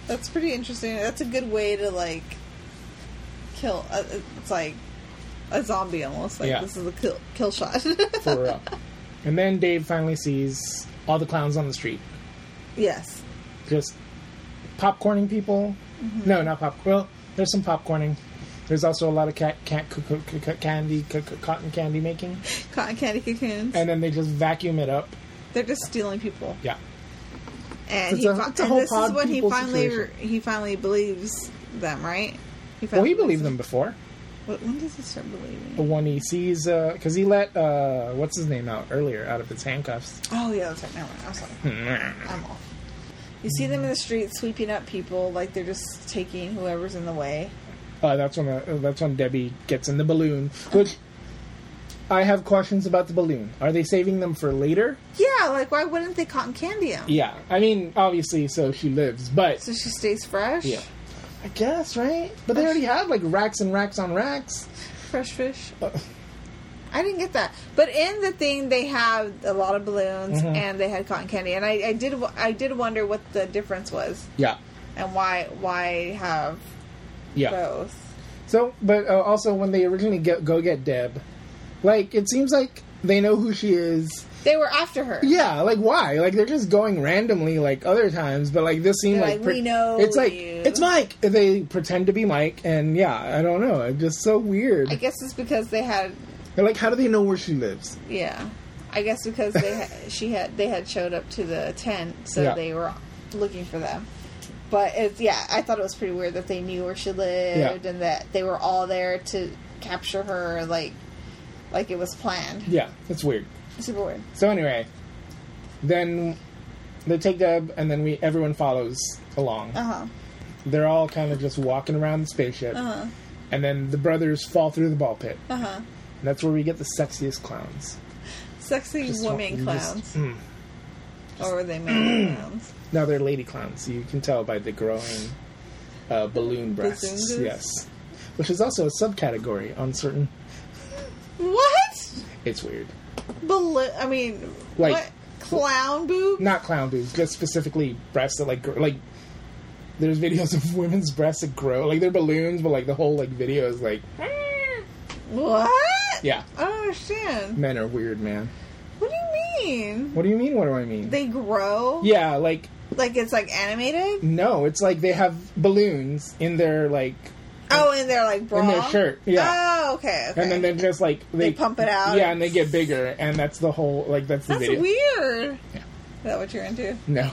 S1: that's pretty interesting. That's a good way to like kill. Uh, it's like a zombie almost. Like
S2: Yeah.
S1: this is a kill kill shot. [laughs]
S2: For her up. And then Dave finally sees all the clowns on the street.
S1: yes.
S2: just popcorning people. No, not pop. Well, there's some popcorning. There's also a lot of cat, cat c- c- c- candy, c- c- cotton candy making,
S1: Cotton candy cocoons.
S2: and then they just vacuum it up.
S1: They're just stealing people.
S2: Yeah,
S1: And
S2: It's
S1: he,
S2: a-
S1: fi-
S2: it's a
S1: and
S2: whole
S1: this is
S2: pod
S1: when he
S2: people
S1: finally
S2: situation.
S1: he finally believes them, right? He
S2: well,
S1: finally
S2: he believed them before.
S1: Wh- When does he start believing?
S2: But when he sees, because he let uh, what's his name out earlier out of his handcuffs.
S1: Oh yeah, that's right. Never mind. I'm sorry.
S2: Mm-hmm.
S1: I'm off. You see them in the street sweeping up people like they're just taking whoever's in the way.
S2: Uh, that's when uh, that's when Debbie gets in the balloon. Which I have questions about the balloon. Are they saving them for later?
S1: Yeah, like why wouldn't they cotton candy him?
S2: Yeah, I mean, obviously, so she lives, but
S1: So she stays fresh.
S2: Yeah. I guess, right? But they already have like racks and racks on racks.
S1: Fresh fish. I didn't get that, but in the thing they have a lot of balloons
S2: Mm-hmm.
S1: and they had cotton candy, and I, I did w- I did wonder what the difference was
S2: [laughs] Yeah.
S1: and why why have
S2: Yeah.
S1: both.
S2: So, but uh, also when they originally get, go get Deb, like it seems like they know who she is.
S1: They were after her.
S2: Yeah, like why? Like they're just going randomly like other times, but like this seemed
S1: They're
S2: like,
S1: like, "We know
S2: It's like
S1: you."
S2: it's Mike. They pretend to be Mike, and yeah, I don't know. It's just so weird.
S1: I guess it's because they had
S2: They're like, how do they know where she lives?
S1: Yeah, I guess because they
S2: [laughs]
S1: ha- she had they had showed up to the tent, so
S2: Yeah.
S1: they were looking for them. But it's yeah, I thought it was pretty weird that they knew where she lived
S2: Yeah.
S1: and that they were all there to capture her, like like it was planned.
S2: Yeah, it's weird.
S1: Super weird.
S2: So anyway, then they take Deb, and then we everyone follows along.
S1: Uh huh.
S2: they're all kind of just walking around the spaceship,
S1: Uh-huh.
S2: and then the brothers fall through the ball pit.
S1: Uh huh.
S2: And that's where we get the sexiest clowns.
S1: Sexy
S2: Just
S1: woman
S2: walking- just- mm.
S1: clowns, or were
S2: [clears throat]
S1: they man clowns?
S2: No, they're lady clowns. You can tell by the growing uh, balloon breasts.
S1: Bazoongas?
S2: Yes, which is also a subcategory on certain.
S1: What?
S2: It's weird.
S1: Balloon? I mean,
S2: Like-
S1: what? Clown boob?
S2: Not clown boobs, just specifically breasts that like gr- like. There's videos of [laughs] women's breasts that grow like they're balloons, but like the whole like video is like
S1: What? Oh,
S2: yeah.
S1: I don't understand.
S2: Men are weird, man.
S1: What do you mean?
S2: What do you mean? What do I mean?
S1: They grow?
S2: yeah, like
S1: Like it's like animated?
S2: No, it's like they have balloons in their like,
S1: Oh, and they're like bra?
S2: In their shirt, yeah.
S1: Oh, okay. okay.
S2: and then they're just like
S1: They pump it out.
S2: Yeah, and they get bigger, and that's the whole like that's the
S1: That's
S2: video.
S1: weird.
S2: Yeah.
S1: Is that what you're into?
S2: No,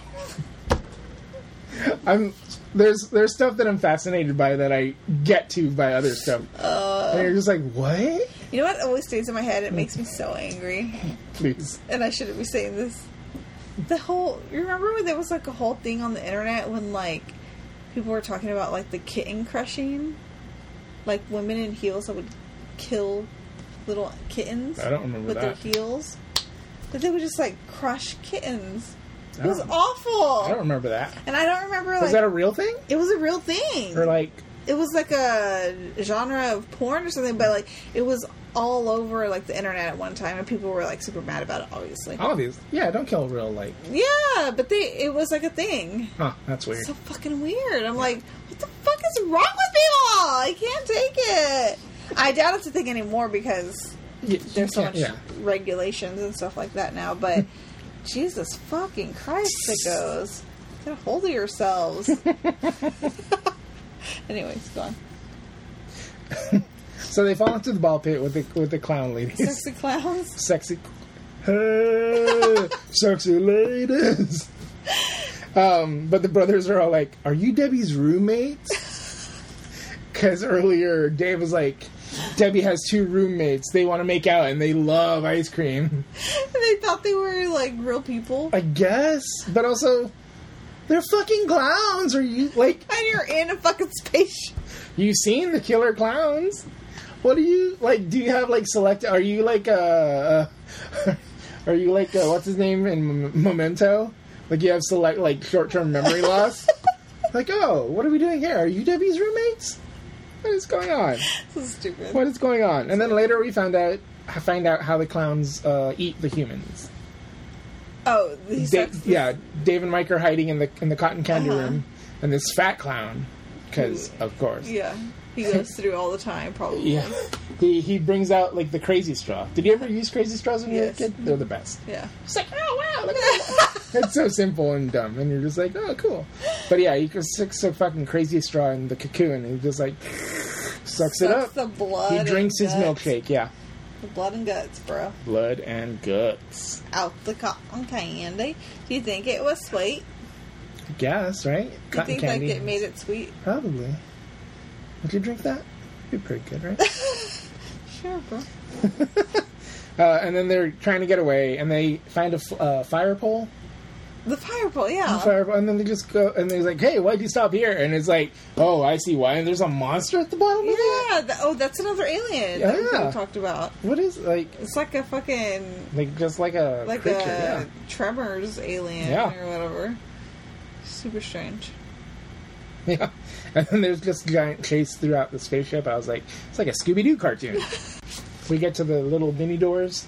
S2: [laughs] I'm there's there's stuff that I'm fascinated by that I get to by other stuff.
S1: Uh.
S2: and you're just like, what?
S1: You know what always stays in my head? It makes me so angry.
S2: Please.
S1: And I shouldn't be saying this. The whole. Remember when there was like a whole thing on the internet when like people were talking about like the kitten crushing? Like women in heels that would kill little kittens
S2: I don't remember
S1: with
S2: that.
S1: their heels. That they would just like crush kittens. It was
S2: I don't-
S1: awful.
S2: I don't remember that.
S1: and I don't remember like
S2: Was that a real thing?
S1: it was a real thing.
S2: Or like,
S1: it was like a genre of porn or something, but like it was all over like the internet at one time, and people were like super mad about it. Obviously,
S2: obvious. Yeah, don't kill real like.
S1: yeah, but they it was like a thing.
S2: Huh, that's weird.
S1: So fucking weird. I'm like, what the fuck is wrong with people? I can't take it. I doubt it's a thing anymore because
S2: Yeah,
S1: there's so
S2: yeah,
S1: much
S2: Yeah.
S1: regulations and stuff like that now.
S2: [laughs]
S1: But Jesus fucking Christ, sickos, get a hold of
S2: [laughs]
S1: yourselves. [laughs] Anyways, go on.
S2: So they fall into the ball pit with the with the clown ladies.
S1: Sexy clowns. [laughs]
S2: sexy, [laughs] hey, sexy ladies. Um, but the brothers are all like, "Are you Debbie's roommate?" [laughs] Because earlier Dave was like, "Debbie has two roommates. They want to make out, and they love ice cream."
S1: they thought they were like real people.
S2: I guess, but also, they're fucking clowns. Are you like?
S1: And you're in a fucking spaceship. [laughs]
S2: You've seen the killer clowns. What do you like? Do you have like select? Are you like uh, uh [laughs] are you like uh, what's his name in M- Memento? Like you have select like short term memory loss. like oh, what are we doing here? Are you Debbie's roommates? What is going on?
S1: This is stupid.
S2: What is going on? And then later we found out find out how the clowns uh, eat the humans.
S1: Oh, he
S2: Da-
S1: sucks.
S2: yeah, Dave and Mike are hiding in the in the cotton candy room, and this fat clown, because of
S1: [laughs]
S2: course,
S1: Yeah. He goes through all the time, probably.
S2: Yeah. He he brings out like the crazy straw. Did you ever use crazy straws when you were a
S1: Yes.
S2: kid? They're the best.
S1: Yeah.
S2: It's like, oh wow, look [laughs] at that. it's so simple and dumb, and you're just like, oh cool. But yeah, he just sucks a fucking crazy straw in the cocoon, and he just like sucks it
S1: Sucks
S2: up.
S1: the blood.
S2: He
S1: and
S2: drinks his
S1: guts.
S2: milkshake. Yeah,
S1: The blood and guts, bro.
S2: blood and guts.
S1: Out the cotton candy. Do you think it was sweet?
S2: I guess right.
S1: Do you think like it made it sweet?
S2: Probably. Would you drink that? Be pretty good, right? [laughs]
S1: Sure, bro.
S2: uh, and then they're trying to get away, and they find a f- uh, fire pole.
S1: The fireball, yeah.
S2: Fireball, and then they just go, and they're like, "Hey, why'd you stop here?" And it's like, "Oh, I see why." And there's a monster at the bottom of it.
S1: yeah. th- oh, that's another alien that we
S2: Yeah.
S1: could've talked about.
S2: What is like,
S1: It's like a fucking
S2: like just like a
S1: like
S2: creature?
S1: a
S2: yeah. [laughs]
S1: Tremors alien
S2: Yeah.
S1: or whatever. Super strange.
S2: yeah, and then there's just giant chase throughout the spaceship. I was like, it's like a Scooby
S1: [laughs]
S2: Doo cartoon. we get to the little mini doors,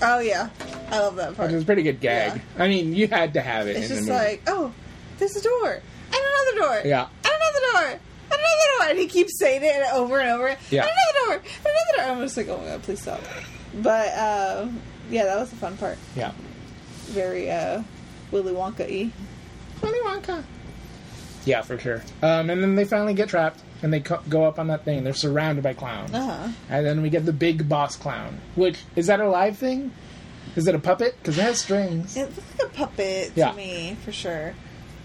S1: Oh yeah, I love that part.
S2: which is a pretty good gag. I mean, you had to have it.
S1: it's
S2: in
S1: just
S2: the movie.
S1: like, oh, there's a door and another door.
S2: Yeah.
S1: and another door. And another door, and he keeps saying it over and over.
S2: Yeah.
S1: And another door, and another door. I'm just like, oh my god, please stop. But uh, yeah, that was the fun part.
S2: yeah,
S1: Very uh, Willy Wonka y.
S2: Willy Wonka. Yeah, for sure. Um, and then they finally get trapped, and they co- go up on that thing. They're surrounded by clowns.
S1: Uh-huh.
S2: And then we get the big boss clown, which is that a live thing? Is it a puppet? Because it has strings.
S1: It looked like a puppet
S2: Yeah.
S1: to me for sure.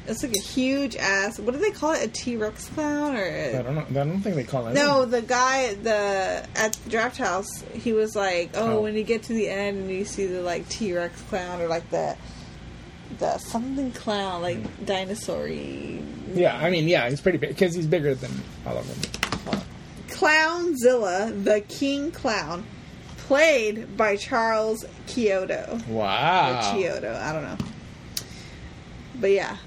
S1: It's like a huge ass. What do they call it? A T Rex clown or a,
S2: I don't know. I don't think they call it.
S1: No, the guy the at the draft house, he was like, "Oh,
S2: Oh.
S1: when you get to the end and you see the like T Rex clown or like the the something clown, like
S2: Hmm.
S1: dinosaur
S2: Yeah, I mean, yeah, he's pretty big because he's bigger than all of them.
S1: clownzilla, the king clown, played by Charles Kyoto or
S2: Wow.
S1: Chiodo, I don't know, but yeah.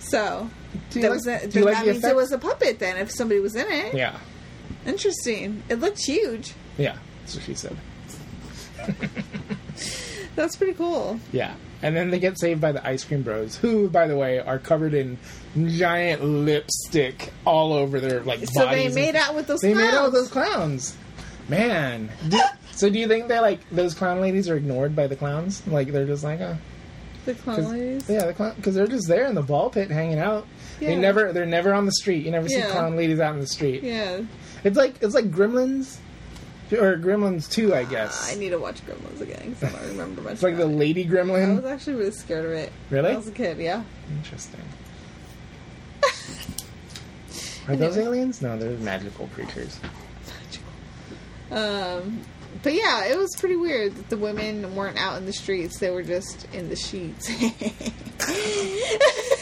S1: So
S2: Do you
S1: that
S2: like-
S1: was a,
S2: do
S1: then
S2: you like
S1: that
S2: the
S1: means it
S2: effect?
S1: was a puppet then if somebody was in it.
S2: Yeah,
S1: Interesting. It looked huge.
S2: yeah. That's what she said.
S1: That's pretty cool.
S2: Yeah. And then they get saved by the ice cream bros, who, by the way, are covered in giant lipstick all over their like
S1: So
S2: bodies.
S1: they
S2: and-
S1: made out with those
S2: They
S1: clowns.
S2: made out with those clowns. Man. Do- so do you think they like those clown ladies are ignored by the clowns? Like they're just like, oh,
S1: [laughs]
S2: [laughs]
S1: the clown ladies.
S2: yeah, the clown because they're just there in the ball pit hanging out. They
S1: Yeah.
S2: never, they're never on the street. You never see
S1: Yeah.
S2: clown ladies out in the street.
S1: Yeah.
S2: It's like it's like Gremlins, or Gremlins Two, I guess.
S1: Ah, I need to watch Gremlins again because I don't remember much.
S2: it's like the
S1: about it.
S2: Lady
S1: I
S2: [laughs] Gremlin.
S1: was actually really scared of it.
S2: Really?
S1: [laughs] I was a kid, yeah.
S2: Interesting. Are those aliens? No, they're magical creatures.
S1: Um, but yeah, it was pretty weird that the women weren't out in the streets; they were just in the sheets.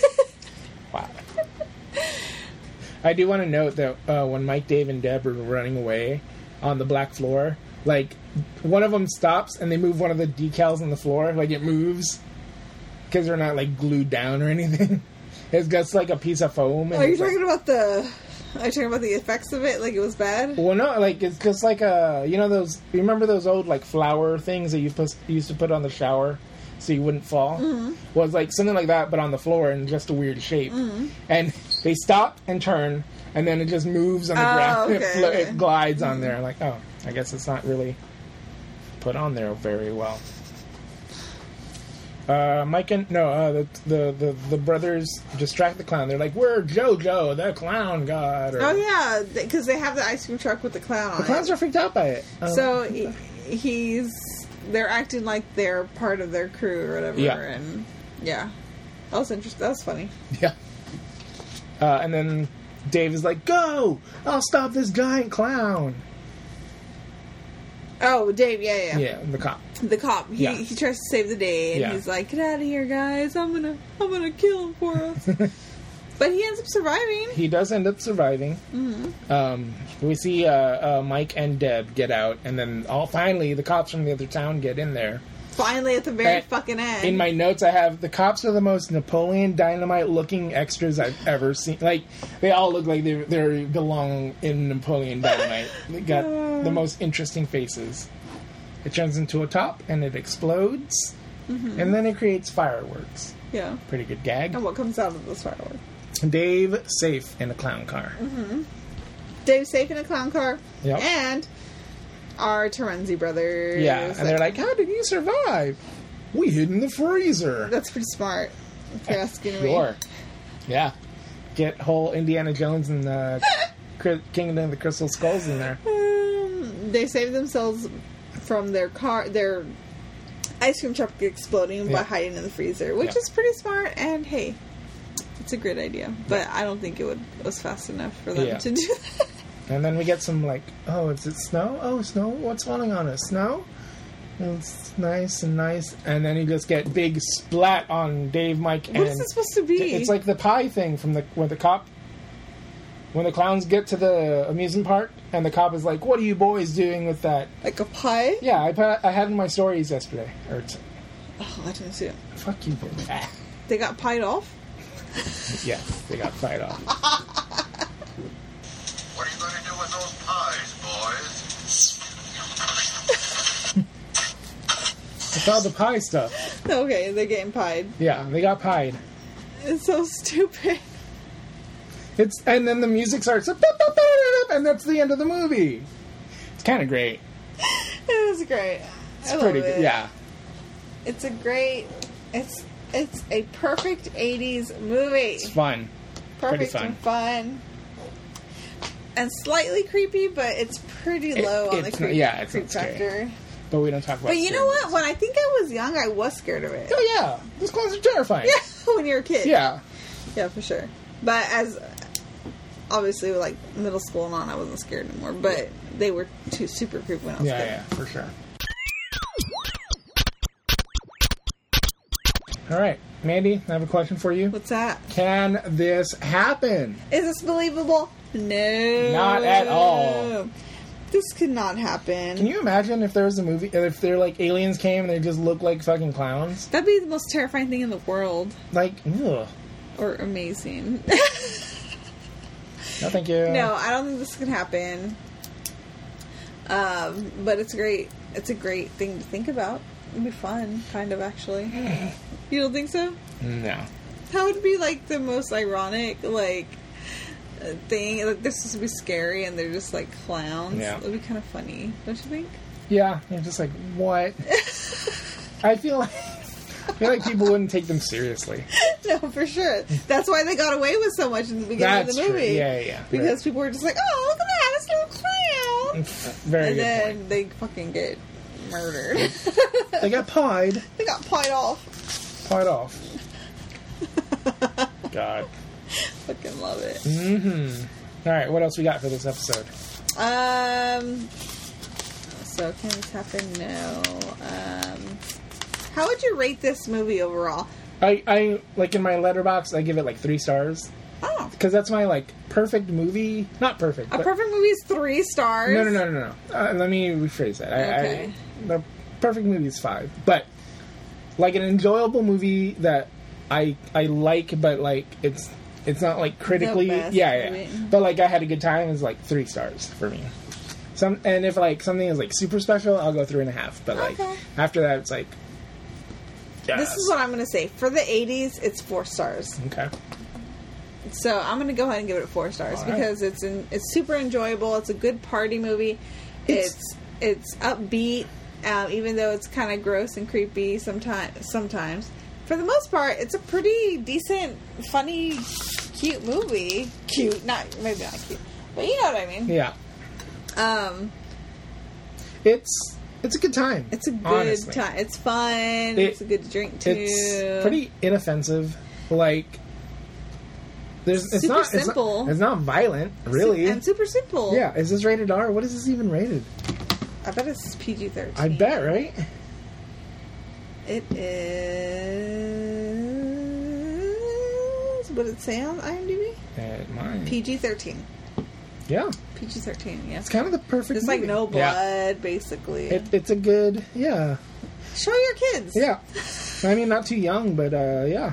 S1: [laughs]
S2: Wow. I do want to note that uh, when Mike, Dave, and Deb are running away on the black floor, like one of them stops and they move one of the decals on the floor, like it moves because they're not like glued down or anything. [laughs] It's just like a piece of foam. And
S1: are you
S2: it's like-
S1: talking about the? Are you talking about the effects of it? Like it was bad.
S2: Well, no, like it's just like a you know those you remember those old like flower things that you pus- used to put on the shower so you wouldn't fall. Mm-hmm. Well, it's like something like that, but on the floor and just a weird shape.
S1: Mm-hmm.
S2: And they stop and turn, and then it just moves on the
S1: Oh,
S2: ground. [laughs] it,
S1: okay,
S2: flo-
S1: okay. Mm-hmm.
S2: it glides on there. Like, oh, I guess it's not really put on there very well. Uh, Mike and no, uh, the, the the the brothers distract the clown. They're like, "We're JoJo, the clown god." Or,
S1: Oh yeah, because they have the ice cream truck with the clown on
S2: The clowns
S1: it.
S2: are freaked out by it. Um,
S1: so he, he's they're acting like they're part of their crew or whatever.
S2: Yeah.
S1: And yeah, that was interesting. That was funny.
S2: Yeah. Uh, and then Dave is like, "Go! I'll stop this giant clown."
S1: Oh, Dave. Yeah, yeah.
S2: Yeah, the cop.
S1: The cop. He,
S2: Yeah.
S1: he tries to save the day, and
S2: Yeah.
S1: he's like, "Get out of here, guys! I'm gonna I'm gonna kill him for us."
S2: [laughs]
S1: but he ends up surviving.
S2: He does end up surviving.
S1: Mm-hmm.
S2: Um, we see uh, uh, Mike and Deb get out, and then all finally the cops from the other town get in there.
S1: Finally, at the very
S2: Uh,
S1: fucking end.
S2: In my notes, I have the cops are the most Napoleon Dynamite looking extras I've ever seen. Like they all look like they they belong in Napoleon Dynamite. they got the most interesting faces. It turns into a top and it explodes, and then it creates fireworks.
S1: yeah.
S2: Pretty good gag.
S1: And what comes out of this firework?
S2: Dave safe in a clown car.
S1: Dave's safe in a clown car.
S2: Yep.
S1: And our Terenzi brothers.
S2: Yeah, and they're like, "How did you survive? We hid in the freezer."
S1: that's pretty smart. If you're asking me.
S2: Sure. Yeah. Get whole Indiana Jones and the
S1: [laughs]
S2: Cri- Kingdom of the Crystal Skulls in there.
S1: Um, they saved themselves from their car, their ice cream truck exploding by
S2: Yeah.
S1: hiding in the freezer, which
S2: Yeah.
S1: is pretty smart. And hey, it's a great idea, but I don't think it would was fast enough for them
S2: Yeah.
S1: to do that. [laughs]
S2: And then we get some like, oh, is it snow? Oh, snow! What's falling on us? Snow. It's nice and nice, and then you just get big splat on Dave, Mike, and
S1: What is it supposed to be?
S2: it's like the pie thing from the when the cop when the clowns get to the amusement park, and the cop is like, "What are you boys doing with that?"
S1: like a pie.
S2: Yeah, I put, I had in my stories yesterday. Or it's,
S1: Oh, I didn't see it.
S2: fuck you, boy.
S1: They got pied off.
S2: Yes, they got fired off.
S4: What are you going to do with those pies, boys?
S2: It's all the pie stuff.
S1: Okay, they're getting pied.
S2: Yeah, they got pied.
S1: It's so [laughs] stupid.
S2: It's and then the music starts, "Boop, boop, boop, boop," and that's the end of the movie. It's kind of great.
S1: It was great.
S2: It's pretty good. Yeah,
S1: It's a great. It's it's a perfect '80s movie.
S2: it's fun. pretty
S1: perfect and fun, and slightly creepy, but it's pretty
S2: It-
S1: low on the
S2: it's
S1: creep,
S2: not- yeah, it's
S1: creep
S2: not scary.
S1: factor.
S2: But we don't talk about.
S1: But you know
S2: scary
S1: what? When I think I was young, I was scared of
S2: [laughs]
S1: it. [laughs]
S2: movies. Oh yeah, those clowns are terrifying.
S1: when you're a kid,
S2: Yeah.
S1: yeah, for sure. But as obviously, with, like middle school and on, I wasn't scared anymore. But they were too super creepy when I was
S2: Yeah,
S1: kid.
S2: yeah, for sure. All right, Mandy, I have a question for you.
S1: What's that?
S2: Can this happen?
S1: Is this believable? No,
S2: Not at all.
S1: This could not happen.
S2: Can you imagine if there was a movie, if they're like aliens came and they just look like fucking clowns?
S1: That'd be the most terrifying thing in the world,
S2: Like, ugh.
S1: or amazing. [laughs]
S2: Uh. No, thank you.
S1: No, I don't think this could happen. Um, but it's great. It's a great thing to think about. It'd be fun, kind of actually.
S2: [sighs]
S1: you don't think so?
S2: No.
S1: That would be like the most ironic, like uh, thing. Like they're supposed to be scary, and they're just like clowns.
S2: Yeah.
S1: It'd be kind of funny, don't you think?
S2: Yeah, I'm just like,
S1: [laughs]
S2: what? I feel like. I feel like people wouldn't take
S1: [laughs]
S2: them seriously.
S1: no, for sure. That's why they got away with so much in the beginning
S2: That's
S1: of the movie.
S2: true. Yeah, yeah, yeah.
S1: Because people were just like, "Oh, look at that! It's a little clown,"
S2: Right. [laughs] Very
S1: and
S2: good
S1: then they fucking get murdered.
S2: [laughs]
S1: [laughs]
S2: point. They got pied.
S1: they got pied off. [laughs]
S2: Pied off. God.
S1: Fucking love it.
S2: Mm-hmm. All right, what else we got for this episode?
S1: Um. So can this happen? No. Um. How would you rate this movie overall?
S2: I, I like in my letterbox, I give it like three stars
S1: Oh,
S2: because that's my like perfect movie. Not perfect.
S1: a
S2: but-
S1: perfect movie is three stars.
S2: No, no, no, no, no. Uh, let me rephrase that. I,
S1: Okay.
S2: I, the perfect movie is five, but like an enjoyable movie that I I like, but like it's it's not like critically, yeah,
S1: best
S2: yeah.
S1: movie.
S2: But like I had a good time. Is like three stars for me. Some and if like something is like super special, I'll go three and a half. But like
S1: Okay.
S2: after that, it's like
S1: This is what I'm gonna say for the '80s. It's four stars.
S2: okay.
S1: So I'm gonna go ahead and give it four stars
S2: All right.
S1: because it's an, it's super enjoyable. It's a good party movie.
S2: It's-
S1: It's it's, upbeat, um, even though it's kind of gross and creepy sometimes. Sometimes, for the most part, it's a pretty decent, funny, cute movie. Cute, not maybe not cute, but you know what I mean.
S2: Yeah,
S1: Um,
S2: it's it's a good time.
S1: it's a good
S2: honestly.
S1: time. It's fun. it's a good drink too.
S2: It's pretty inoffensive. Like there's it's
S1: Super
S2: not it's not-
S1: simple.
S2: It's not, violent, really.
S1: and super simple.
S2: yeah, is this rated R? What is this even rated?
S1: I bet it's PG-13.
S2: I bet, right?
S1: It is. What did it say on IMDb?
S2: At mine.
S1: PG 13.
S2: yeah,
S1: PG 13, yeah.
S2: it's kind of the perfect.
S1: There's like
S2: movie.
S1: no
S2: Yeah.
S1: blood, basically.
S2: It, it's a good, yeah,
S1: Show your kids.
S2: yeah. I mean, not too young, but uh, yeah,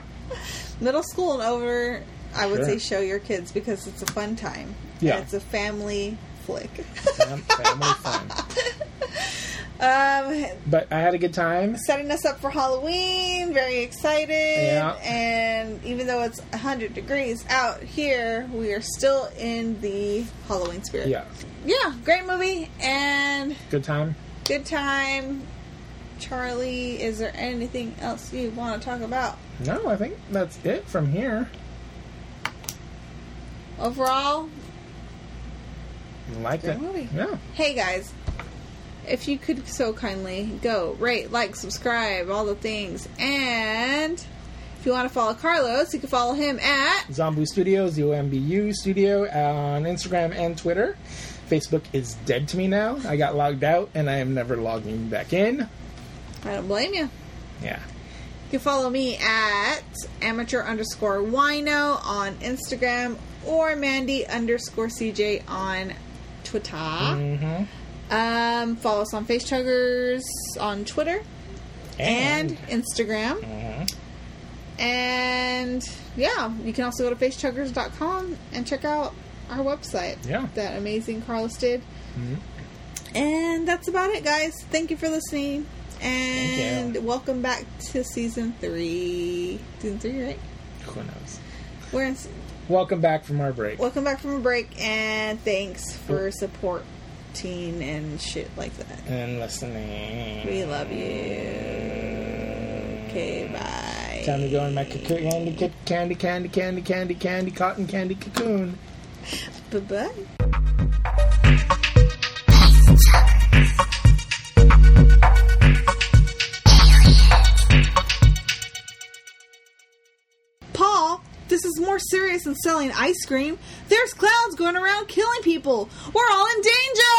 S1: Middle school and over, I would
S2: Sure.
S1: say show your kids because it's a fun time.
S2: Yeah.
S1: And it's a family flick. [laughs]
S2: Fam- family fun.
S1: um,
S2: But I had a good time.
S1: setting us up for Halloween. Very excited.
S2: Yeah.
S1: And even though it's 100 degrees out here, we are still in the Halloween spirit.
S2: Yeah,
S1: Yeah, great movie and
S2: good time.
S1: good time. Charlie, is there anything else you want to talk about?
S2: No, I think that's it from here.
S1: Overall,
S2: Liked
S1: Good
S2: it.
S1: movie.
S2: Yeah.
S1: hey guys, if you could so kindly go rate, like, subscribe, all the things. And if you want to follow Carlos, you can follow him at
S2: Zombu Studio, ZOMBU Studio on Instagram and Twitter. Facebook is dead to me now. I got logged out and I am never logging back in.
S1: I don't blame you.
S2: Yeah.
S1: You can follow me at amateur underscore wino on Instagram or Mandy underscore CJ on Twitter.
S2: Mm-hmm.
S1: Um, follow us on Face Chuggers on Twitter and, Instagram.
S2: Mm-hmm.
S1: And yeah, you can also go to facechuggers.com and check out our website
S2: Yeah. Mm-hmm.
S1: that amazing Carlos did. And that's about it, guys. Thank you for listening. And
S2: you.
S1: welcome back to season three. Season three, right?
S2: who knows?
S1: We're in,
S2: Welcome back from our break.
S1: welcome back from a break, and thanks for supporting and shit like that.
S2: And listening.
S1: We love you. Okay, bye.
S2: Time to go in my cocoon. Candy, ca- candy, candy, candy, candy, candy, cotton candy cocoon.
S1: Bye bye. Paul, this is more serious than selling ice cream. There's clowns going around killing people. We're all in danger!